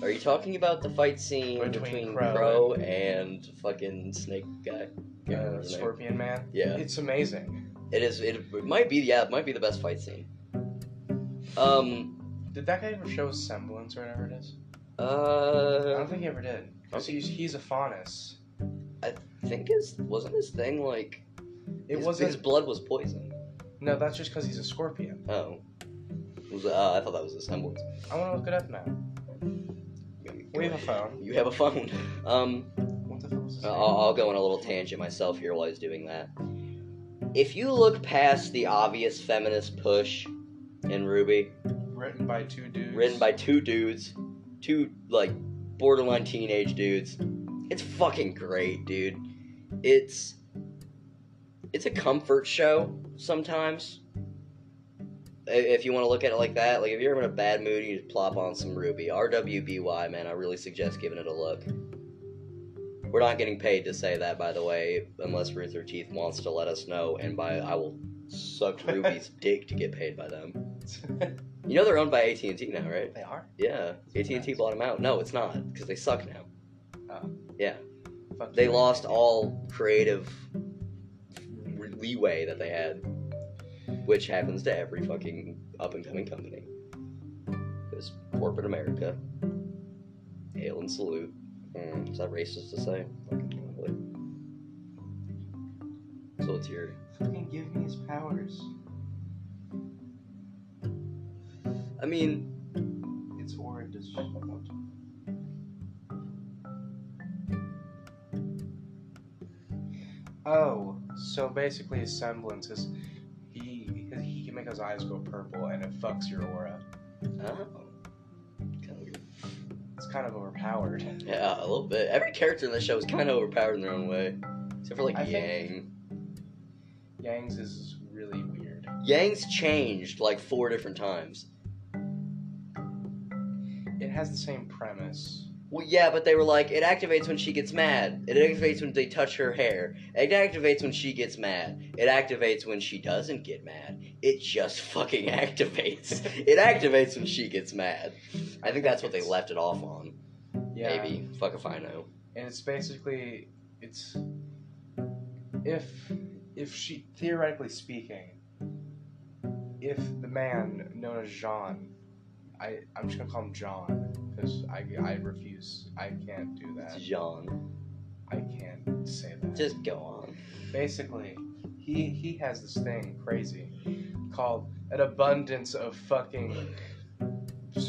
Are you talking about the fight scene between,
Between
Crow,
Crow
and fucking Snake guy? Can't remember
Uh,
his name.
Scorpion Man.
Yeah.
It's amazing.
It is. It might be. Yeah, it might be the best fight scene. Um.
Did that guy ever show his semblance or whatever it is? I
Uh.
don't think he ever did. 'Cause
Okay.
he's he's a faunus.
I think his wasn't his thing like
It
his,
wasn't.
his blood was poison.
No, that's just because he's a scorpion.
Oh. Was, uh, I thought that was a semblance.
I want to look it up now. We have a phone.
You have a phone. Um,
What the fuck was this?
I'll, I'll go on a little tangent myself here while he's doing that. If you look past the obvious feminist push in Ruby,
Written by two dudes.
written by two dudes, two like borderline teenage dudes. It's fucking great, dude. It's it's a comfort show sometimes. I- If you want to look at it like that, like if you're in a bad mood, you just plop on some Ruby. RWBY, man, I really suggest giving it a look. We're not getting paid to say that, by the way, unless Ruth or Teeth wants to let us know, and by I will suck Ruby's dick to get paid by them. You know they're owned by AT and T now, right?
they are.
Yeah, AT and T bought them out. No, it's not because they suck now.
Oh.
Yeah,
Fuck
they
you.
lost all creative re- leeway that they had, which happens to every fucking up and coming company. Because corporate America, hail and salute. Mm, is that racist to say? Fucking probably. So it's your.
Fucking give me his powers.
I mean,
It's orange as shit. Oh, so basically his semblance is he he can make his eyes go purple and it fucks your aura.
I don't know. Kind of
It's kind of overpowered.
Yeah, a little bit. Every character in this show is kind of overpowered in their own way, except for like
I
Yang.
think- Yang's is really weird.
Yang's changed like four different times.
It has the same premise.
Well, yeah, but they were like, it activates when she gets mad. It activates when they touch her hair. It activates when she gets mad. It activates when she doesn't get mad. It just fucking activates. it activates when she gets mad. I think that's what they left it off on.
Yeah.
Maybe. Fuck if I know.
and it's basically it's if if she theoretically speaking if the man known as Jean I I'm just gonna call him John because I, I refuse I can't do
It's
that
Jean.
I can't say that
Just go on.
basically he he has this thing crazy called an abundance of fucking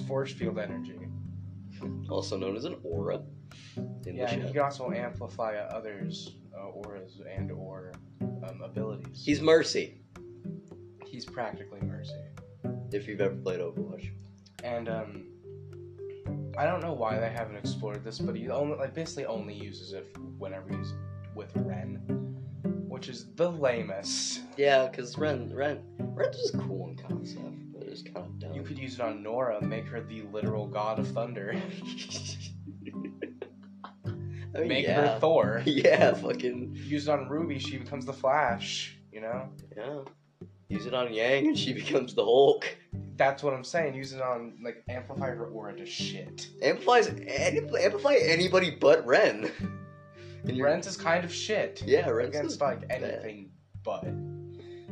force field energy
Also known as an aura. In
Yeah,
the
and
show.
he can also amplify others' uh, auras and or um, abilities.
He's Mercy.
he's practically Mercy,
if you've ever played Overwatch.
and um, I don't know why they haven't explored this, but he only like basically only uses it whenever he's with Ren, which is the lamest.
Yeah, because Ren, Ren, Ren's just cool in concept, but it's kind of dumb.
You could use it on Nora, make her the literal god of thunder,
I mean,
make
Oh, yeah.
her Thor.
yeah, fucking
Use it on Ruby, she becomes the Flash. You know,
yeah. Use it on Yang, and she becomes the Hulk.
that's what I'm saying. Use it on like amplify her aura to shit.
Amplifies any- amplify anybody but Ren. And you're-
Ren's is kind of shit.
yeah, Ren's
against
the-
like anything but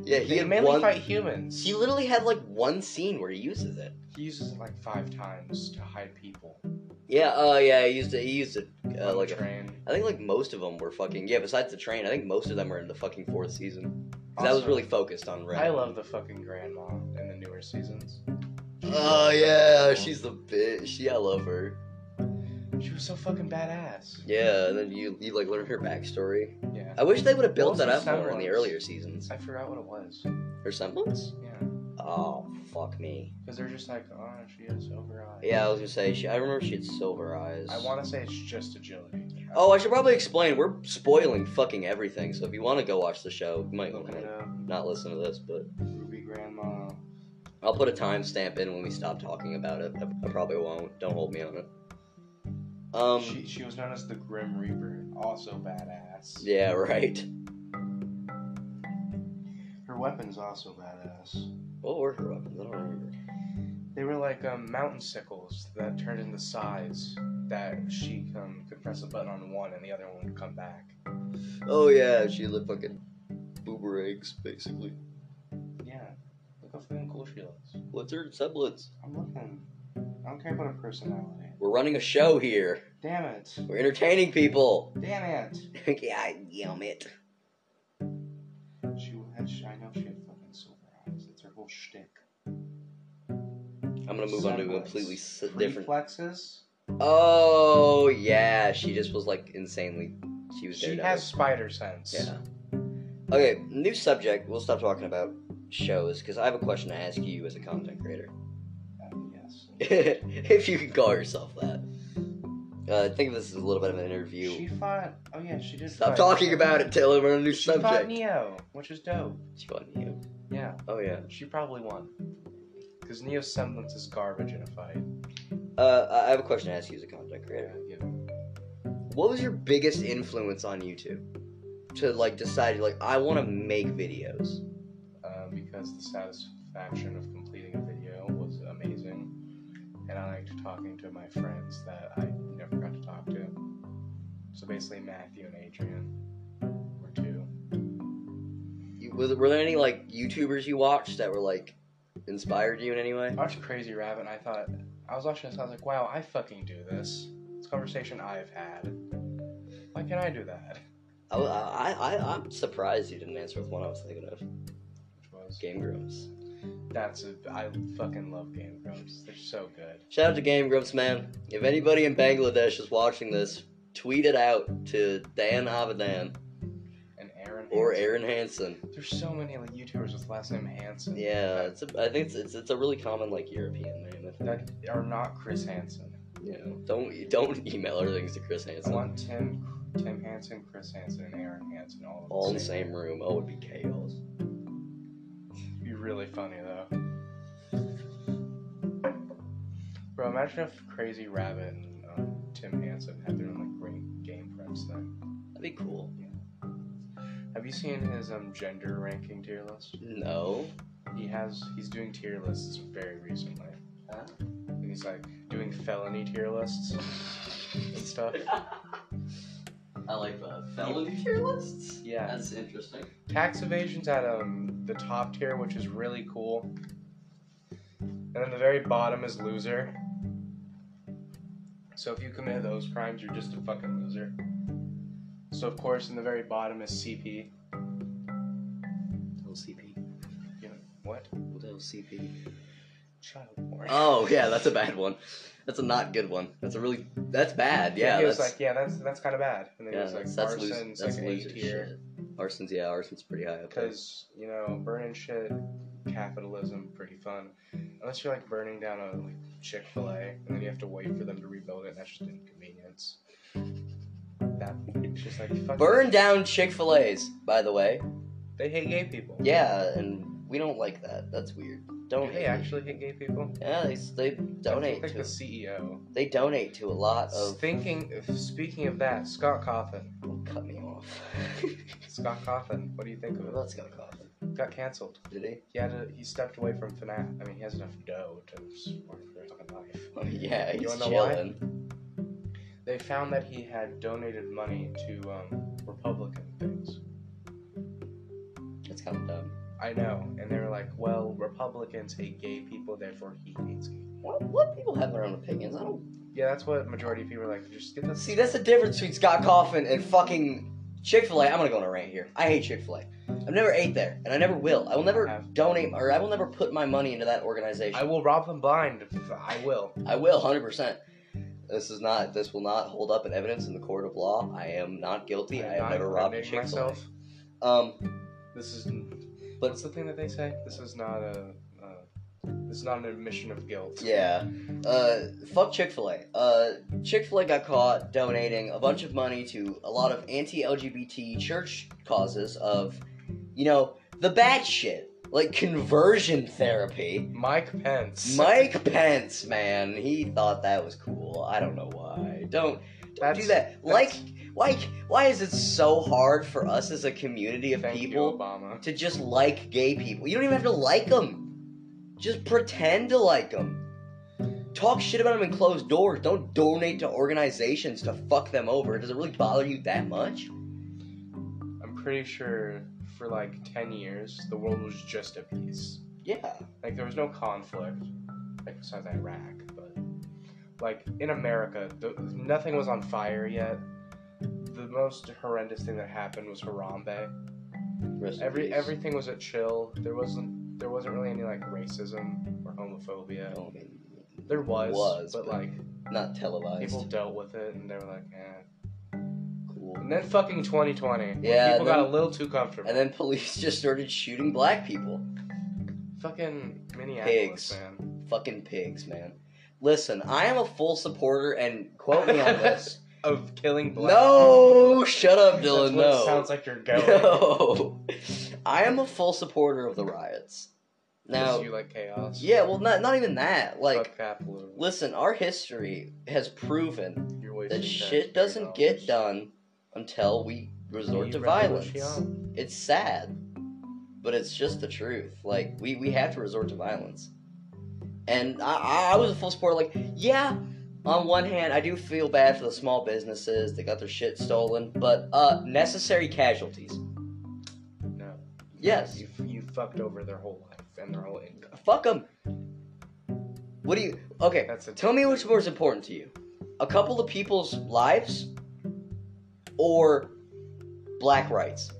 yeah. He
they
had
mainly
one.
fight humans.
He literally had like one scene where he uses it.
He uses it like five times to hide people.
Yeah, oh yeah, he used it. He used it uh,
on
like
the train.
I think like most of them were fucking yeah. Besides the train, I think most of them were in the fucking fourth season. 'Cause that was
Also,
really focused on Ren.
I love the fucking grandma in the newer seasons.
Oh yeah, she's the bitch. She, I love her.
She was so fucking badass.
Yeah, and then you you like learn her backstory.
Yeah.
I wish they would have built
Also
that up more in the
semblance.
earlier seasons.
I forgot what it was.
Her semblance?
Yeah.
Oh fuck me.
Because they're just like, oh, she has over eyes.
Yeah, I was gonna say she. I remember she had silver eyes.
I want to say it's just agility.
Oh, I should probably explain. We're spoiling fucking everything. So if you want to go watch the show, you might want
Looking it
to
up.
not listen to this, but
Ruby grandma.
I'll put a timestamp in when we stop talking about it. I, I probably won't. Don't hold me on it. Um.
she she was known as the Grim Reaper. Also badass.
Yeah. Right.
Her weapon's also badass.
What were her weapons? I don't remember.
They were like um, mountain sickles that turned into sides that she um, could press a button on one and the other one would come back.
Oh yeah, she looked fucking boober eggs, basically.
Yeah. Look how fucking cool she looks.
What's her semblance?
I'm looking. I don't care about her personality.
We're running a show here.
Damn it.
We're entertaining people.
Damn it.
yeah, yum it.
She had, I know she had fucking silver eyes. That's her whole shtick.
I'm gonna move on to a
Semblance.
completely s- different.
Reflexes.
Oh yeah, she just was like insanely. She was
She
there.
has spider sense.
Yeah. Okay, new subject. We'll stop talking about shows because I have a question to ask you as a content creator.
Uh, yes.
if you can call yourself that. Uh, think of this as a little bit of an interview.
She fought. Oh yeah, she did.
Stop
fight.
talking about it, Taylor. We're on a new
She fought
subject.
Neo, which is dope.
She fought Neo.
Yeah,
Oh yeah.
she probably won. Because Neo's semblance is garbage in a fight.
Uh, I- I have a question to ask you as a content
Yeah,
creator.
give him-
What was your biggest influence on YouTube to like decide like I want to make videos?
uh, because the satisfaction of completing a video was amazing, and I liked talking to my friends that I never got to talk to. So basically, Matthew and Adrian were two.
You, was, were there any like YouTubers you watched that were like inspired you in any way?
I watched Crazy Rabbit, and I thought I was watching this. and I was like, "Wow, I fucking do this. It's a conversation I've had. Why can't I do that?"
I, Oh, I, I I'm surprised you didn't answer with one I was thinking of.
Which was
Game Grumps.
that's a, I fucking love Game Grumps. They're so good.
Shout out to Game Grumps, man. If anybody in Bangladesh is watching this, tweet it out to Dan Abadan
And Aaron
or
Hansen.
Aaron Hansen.
There's so many like YouTubers with last name Hansen.
Yeah, it's a, I think it's, it's it's a really common like European name. I think.
that are not Chris Hansen.
You know, don't don't email our things to Chris
I
Hansen.
want Tim, Tim Hansen, Chris Hansen, and Aaron Hansen all,
All in
the
the same room. Oh, it'd be chaos.
It'd be really funny though. Bro, imagine if Crazy Rabbit and um, Tim Hansen had their own like great game preps thing.
That'd be cool.
Have you seen his um gender ranking tier list?
No.
He has he's doing tier lists very recently.
Huh?
And he's like doing felony tier lists and stuff.
I like uh, felony tier lists.
Yeah.
that's interesting.
tax evasion's at um, the top tier, which is really cool. And then the very bottom is loser. So if you commit those crimes, you're just a fucking loser. So of course, in the very bottom is CP.
LCP.
What?
What LCP?
Child porn.
Oh yeah, that's a bad one. That's a not good one. That's a really that's bad. Yeah,
He was
that's
like, yeah, that's that's kind of bad. And then
yeah,
he was like,
that's, that's, loser,
arson's
that's
like
loser
A tier.
shit. Arson's yeah, arson's pretty high up. there.
because you know burning shit capitalism pretty fun unless you're like burning down a like, chick-fil-a and then you have to wait for them to rebuild it and that's just inconvenience that it's just like fuck
Burn
it.
down Chick Fil A's, by the way.
they hate gay people
Yeah, and we don't like that. That's weird.
do
Don't
they
hate.
actually hate gay people
Yeah, they, they
I
donate
think
to.
the ceo
They donate to a lot of.
thinking if, speaking of that scott coffin
Oh, cut me off.
scott coffin what do you think of it
That's gonna cough.
got canceled
Did he?
he had to, he stepped away from FNAF. i mean he has enough dough to support for his fucking life
Oh, yeah,
You
he's
wanna know why?
chilling.
they found that he had donated money to um, Republican things.
That's kind of dumb.
I know, and they were like, "Well, Republicans hate gay people, therefore he hates gay." people."
What? What people have their own opinions? I don't
Yeah, that's what majority of people are like. Just get this.
see. That's the difference between Scott Coffin and fucking Chick Fil A. I'm gonna go on a rant here. I hate Chick Fil A. I've never ate there, and I never will. I will never
Have-
donate, or I will never put my money into that organization.
I will rob them blind. I will.
I will, hundred percent. This is not. This will not hold up in evidence in the court of law. I am not guilty.
I'm
I have
not
never robbed a
incriminating
Chick Fil
myself.
A. Um,
This is. What's the thing that they say? This is not a. Uh, this is not an admission of guilt.
yeah. Uh, fuck Chick Fil A. Uh, Chick Fil A got caught donating a bunch of money to a lot of anti-LGBT church causes of, you know, the bad shit like conversion therapy.
Mike Pence.
Mike Pence, man, he thought that was cool. I don't know why. Don't don't do
That's-
that. Like, like, why is it so hard for us as a community of
Thank you,
people
Obama.
to just like gay people? You don't even have to like them. Just pretend to like them. Talk shit about them in closed doors. Don't donate to organizations to fuck them over. Does it really bother you that much?
I'm pretty sure for like ten years the world was just at peace.
Yeah.
Like there was no conflict, like besides Iraq, but like in America, the, nothing was on fire yet. The most horrendous thing that happened was Harambe.
Rest in
Every
peace.
everything was at chill. There wasn't there wasn't really any like racism or homophobia.
I mean,
There was,
Was,
but,
but-
like
oh, Not televised.
people dealt with it and they were like, eh.
cool.
And then fucking 2020, where
Yeah,
people
then-
got a little too comfortable.
And then police just started shooting black people.
fucking Minneapolis,
Pigs.
man.
Fucking pigs, man. Listen, I am a full supporter, and quote me on this.
Of killing black.
no, shut up,
people.
Dylan.
That's what
no.
It sounds like you're going.
no. I am a full supporter of the riots.
'Cause
Now,
you like chaos.
yeah, well, not not even that. Like,
Fuck capitalism.
listen, our history has proven
You're wasting
that
taxpayer
shit doesn't get
dollars.
done until we resort
You
to
revolution.
violence. It's sad, but it's just the truth. Like we we have to resort to violence, and I- I I was a full supporter. Like yeah, on one hand I do feel bad for the small businesses that got their shit stolen, but uh necessary casualties.
No.
Yes,
You, you fucked over their whole life and their whole income.
fuck them. What do you? Okay,
That's a
tell me which more is important to you: a couple of people's lives, or black rights.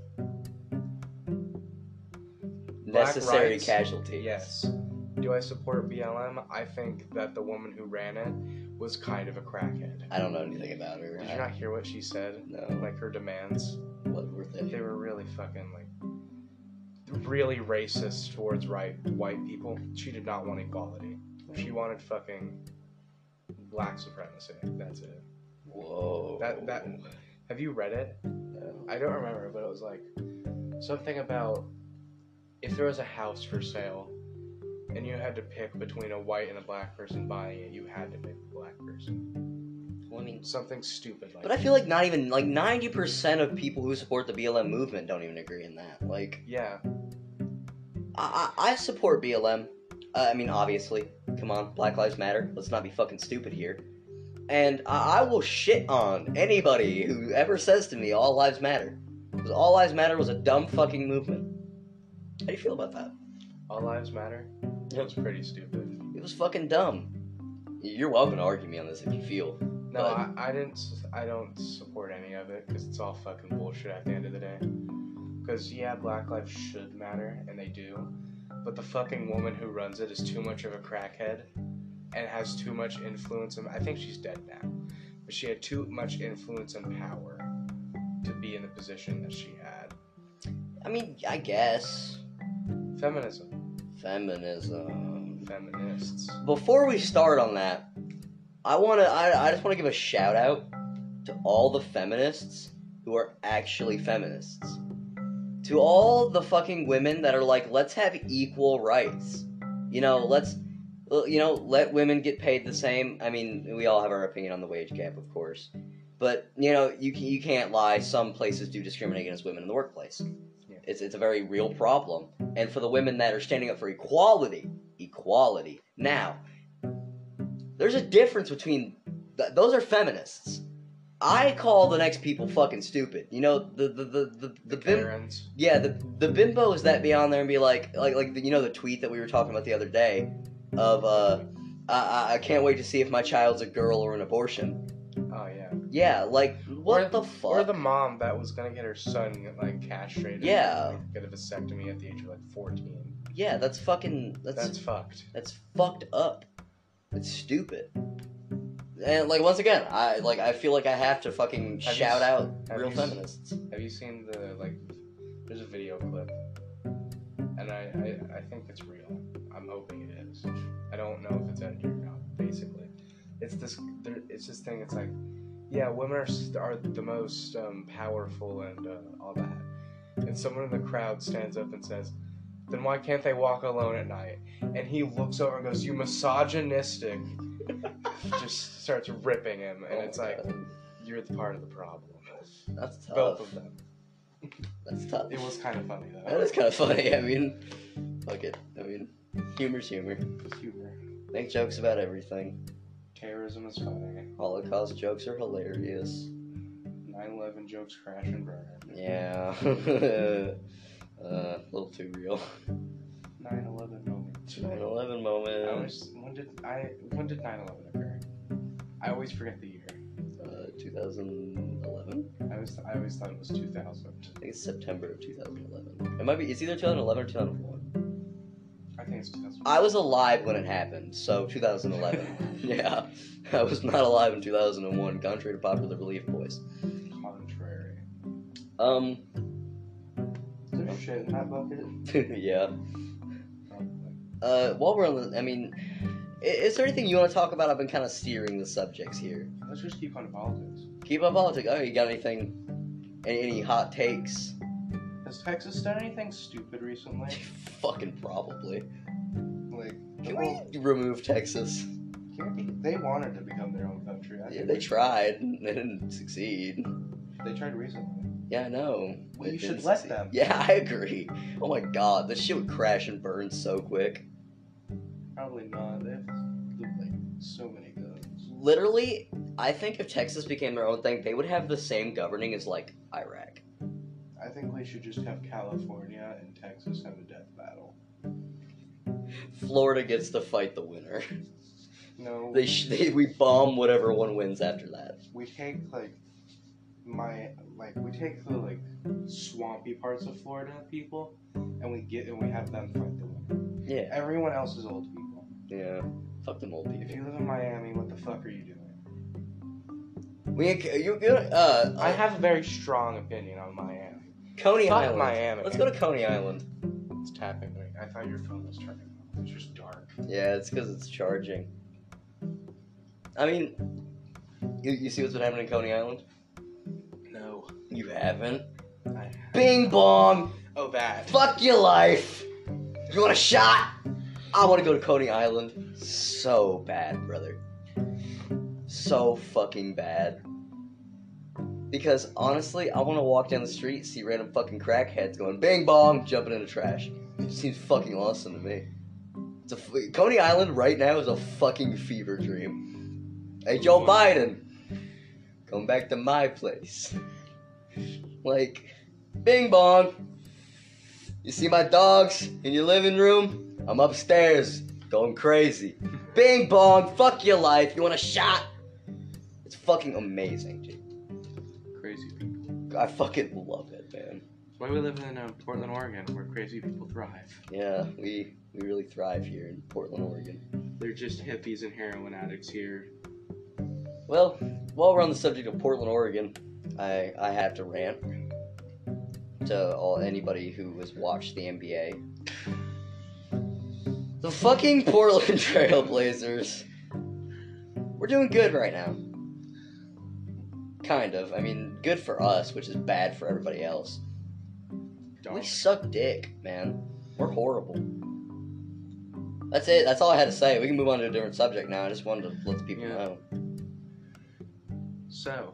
necessary
rights?
casualties.
Yes. Do I support BLM? I think that the woman who ran it was kind of a crackhead.
I don't know anything about her.
Did you not hear what she said?
No,
Like her demands?
what were they?
They were
Mm.
really fucking like really racist towards right white people. She did not want equality. She wanted fucking black supremacy. That's it.
Whoa.
That- that- Have you read it?
No.
I don't remember, but it was like something about if there was a house for sale and you had to pick between a white and a black person buying it, you had to pick the black person.
Well, I mean,
Something stupid like
but I feel like not even like ninety percent of people who support the BLM movement don't even agree in that. Like,
Yeah.
I I, I support BLM. Uh, I mean, obviously, come on, Black Lives Matter. Let's not be fucking stupid here. And I, I will shit on anybody who ever says to me "All Lives Matter," because All Lives Matter was a dumb fucking movement. How do you feel about that?
All lives matter. It was pretty stupid.
It was fucking dumb. You're welcome to argue me on this if you feel.
No,
But-
I, I didn't. s- I don't support any of it because it's all fucking bullshit at the end of the day. Because yeah, Black Lives should matter, and they do, but the fucking woman who runs it is too much of a crackhead, and has too much influence. And I think she's dead now, but she had too much influence and power to be in the position that she had.
I mean, I guess
Feminism,
feminism.
feminists.
Before we start on that, I wanna, I, I just wanna give a shout out to all the feminists who are actually feminists. To all the fucking women that are like, let's have equal rights. You know, let's, uh, you know, let women get paid the same. I mean, we all have our opinion on the wage gap, of course. But you know, you can, you can't lie. Some places do discriminate against women in the workplace.
Yeah.
It's it's a very real problem. And for the women that are standing up for equality, equality. Now, there's a difference between th- those are feminists. I call the next people fucking stupid. You know, the the the the, the, bim-
Karens.
yeah, the the bimbo is that be on there and be like, like, like the, you know the tweet that we were talking about the other day, of uh, I- I, I can't wait to see if my child's a girl or an abortion.
Oh yeah.
Yeah, like what
Or-
the fuck?
Or the mom that was gonna get her son like castrated.
Yeah.
like, Get a vasectomy at the age of like fourteen.
yeah, that's fucking that's
That's
that's,
fucked.
fucked up. It's stupid. And like once again, I like I feel like I have to fucking
Have you
shout
s-
out
have
real
you s-
feminists.
Have you seen the like? There's a video clip, and I I, I think it's real. I'm hoping it is. I don't know if it's edited or not. Basically, it's this. There, it's this thing. It's like, yeah, women are s- are the most um, powerful and uh, all that. And someone in the crowd stands up and says. Then why can't they walk alone at night? And he looks over and goes, "You misogynistic!" Just starts ripping him, and
Oh
it's
my
like,
God.
"You're the part of the problem."
that's tough.
Both of them.
That's tough.
It was kind of funny
That
though.
is kind of funny. I mean, fuck it. I mean, humor's humor.
Humor.
Make jokes about everything.
Terrorism is funny.
Holocaust jokes are hilarious.
9/11 jokes crash and burn.
Yeah. uh, a little too real.
9/11 moment.
9/11
I
moment.
always when did I when did 9/11 occur? I always forget the year.
Uh, 2011.
I was I always thought it was 2000.
I think it's September of 2011. It might be. It's either 2011 or 2001.
I think Jesus. That's what
I was alive when it happened, so 2011. yeah, I was not alive in 2001, contrary to popular belief, boys.
contrary.
Um,
Is there shit in that bucket?
yeah. Uh, while we're on the, I mean, i- is there anything you want to talk about? I've been kind of steering the subjects here.
Let's just keep on politics.
Keep up politics. Oh, you got anything? Any, any hot takes?
Has Texas done anything stupid recently?
Fucking probably.
Like, the
Can
whole,
we remove Texas?
can't be, they wanted to become their own country. I
Yeah,
think
they tried. and They didn't succeed.
They tried recently.
Yeah, I know.
Well,
They
you should
didn't
let them.
Yeah, I agree. Oh my god, this shit would crash and burn so quick.
Probably not. They have like so many guns.
Literally, I think if Texas became their own thing, they would have the same governing as like Iraq.
I think we should just have California and Texas have a death battle.
Florida gets to fight the winner.
No,
They, sh- they we bomb whatever one wins after that.
we take like my like we take the like swampy parts of Florida people, and we get and we have them fight the winner.
Yeah,
Everyone else is old people.
yeah. Fuck them old
If
people.
you live in Miami, what the fuck are you doing?
We ain't ca- you you- uh
I have a very strong opinion on Miami.
Coney
Fuck
Island.
Miami.
Let's go to Coney Island.
It's tapping me. I thought your phone was turning off. It's just dark.
Yeah, it's because it's charging. I mean, you, you see what's been happening in Coney Island?
No.
You haven't.
I
Bing bong.
oh, that.
Fuck your life. You want a shot? I want to go to Coney Island so bad, brother. So fucking bad. Because honestly, I want to walk down the street, see random fucking crackheads going bang bong, jumping into trash. It seems fucking awesome to me. It's a f- Coney Island right now is a fucking fever dream. Hey, Joe Biden, come back to my place. Like, bing bong. You see my dogs in your living room? I'm upstairs, going crazy. Bing bong, fuck your life. You want a shot? It's fucking amazing, dude.
Crazy people.
I fucking love it, man.
That's why we live in uh, Portland, Oregon, where crazy people thrive.
Yeah, we we really thrive here in Portland, Oregon.
They're just hippies and heroin addicts here.
Well, while we're on the subject of Portland, Oregon, I I have to rant to all anybody who has watched the NBA. The fucking Portland Trailblazers. We're doing good right now. Kind of. I mean, good for us, which is bad for everybody else. We suck dick, man. We're horrible. That's it. That's all I had to say. We can move on to a different subject now. I just wanted to let the people
Yeah.
know.
So,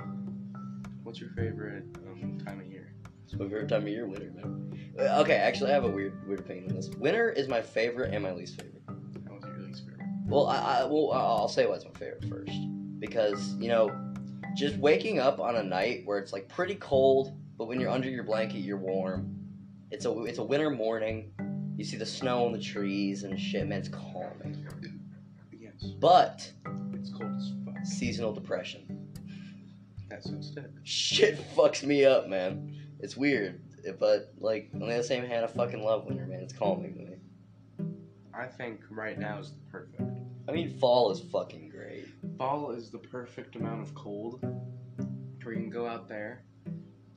what's your favorite um, time of year?
It's my favorite time of year, winter, man. Uh, Okay, actually, I have a weird, weird opinion on this. Winter is my favorite and my least favorite.
That was your least favorite.
Well, I, I well, I- I'll say why it's my favorite first because you know, just waking up on a night where it's like pretty cold, but when you're under your blanket, you're warm. It's a it's a winter morning. You see the snow on the trees and shit, man. It's calming.
Yes,
But
it's cold as fuck.
seasonal depression,
That sounds sick.
shit fucks me up, man. It's weird, but like on the other same hand, I fucking love winter, man. It's calming to me.
I think right now is the perfect.
I mean, fall is fucking great.
Fall is the perfect amount of cold where you can go out there.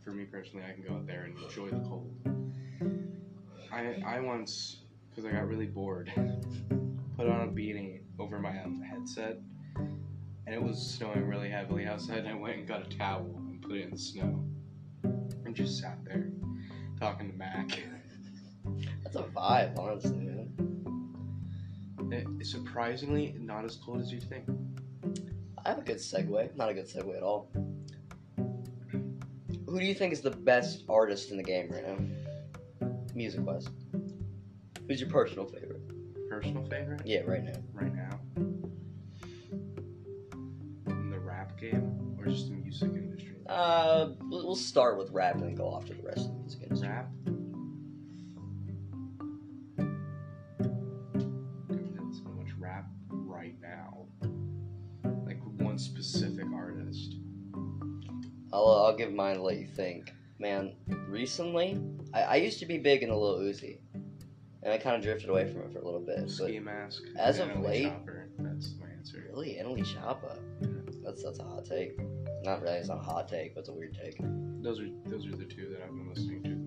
For me personally, I can go out there and enjoy the cold. I, I once, because I got really bored, put on a beanie over my um, headset, and it was snowing really heavily outside, and I went and got a towel and put it in the snow. And just sat there talking to Mac.
That's a vibe, honestly, man.
It's surprisingly not as cold as you think.
I have a good segue. Not a good segue at all. Who do you think is the best artist in the game right now? Music wise. Who's your personal favorite?
Personal favorite
Yeah, right now.
right now? In the rap game or just the music industry?
Uh, we'll we'll start with rap and then go off to the rest of the music industry.
Rap? Dude, that's so much rap right now. Like one specific artist.
I'll, uh, I'll give mine to let you think. Man, recently, I, I used to be big into Lil Uzi. and I kind of drifted away from it for a little bit. But
Ski mask.
as
and
of
Emily
late-
Chopper. That's my answer.
really, Emily Chapa. That's that's a hot take. Not really, it's not a hot take, but it's a weird take.
Those are those are the two that I've been listening to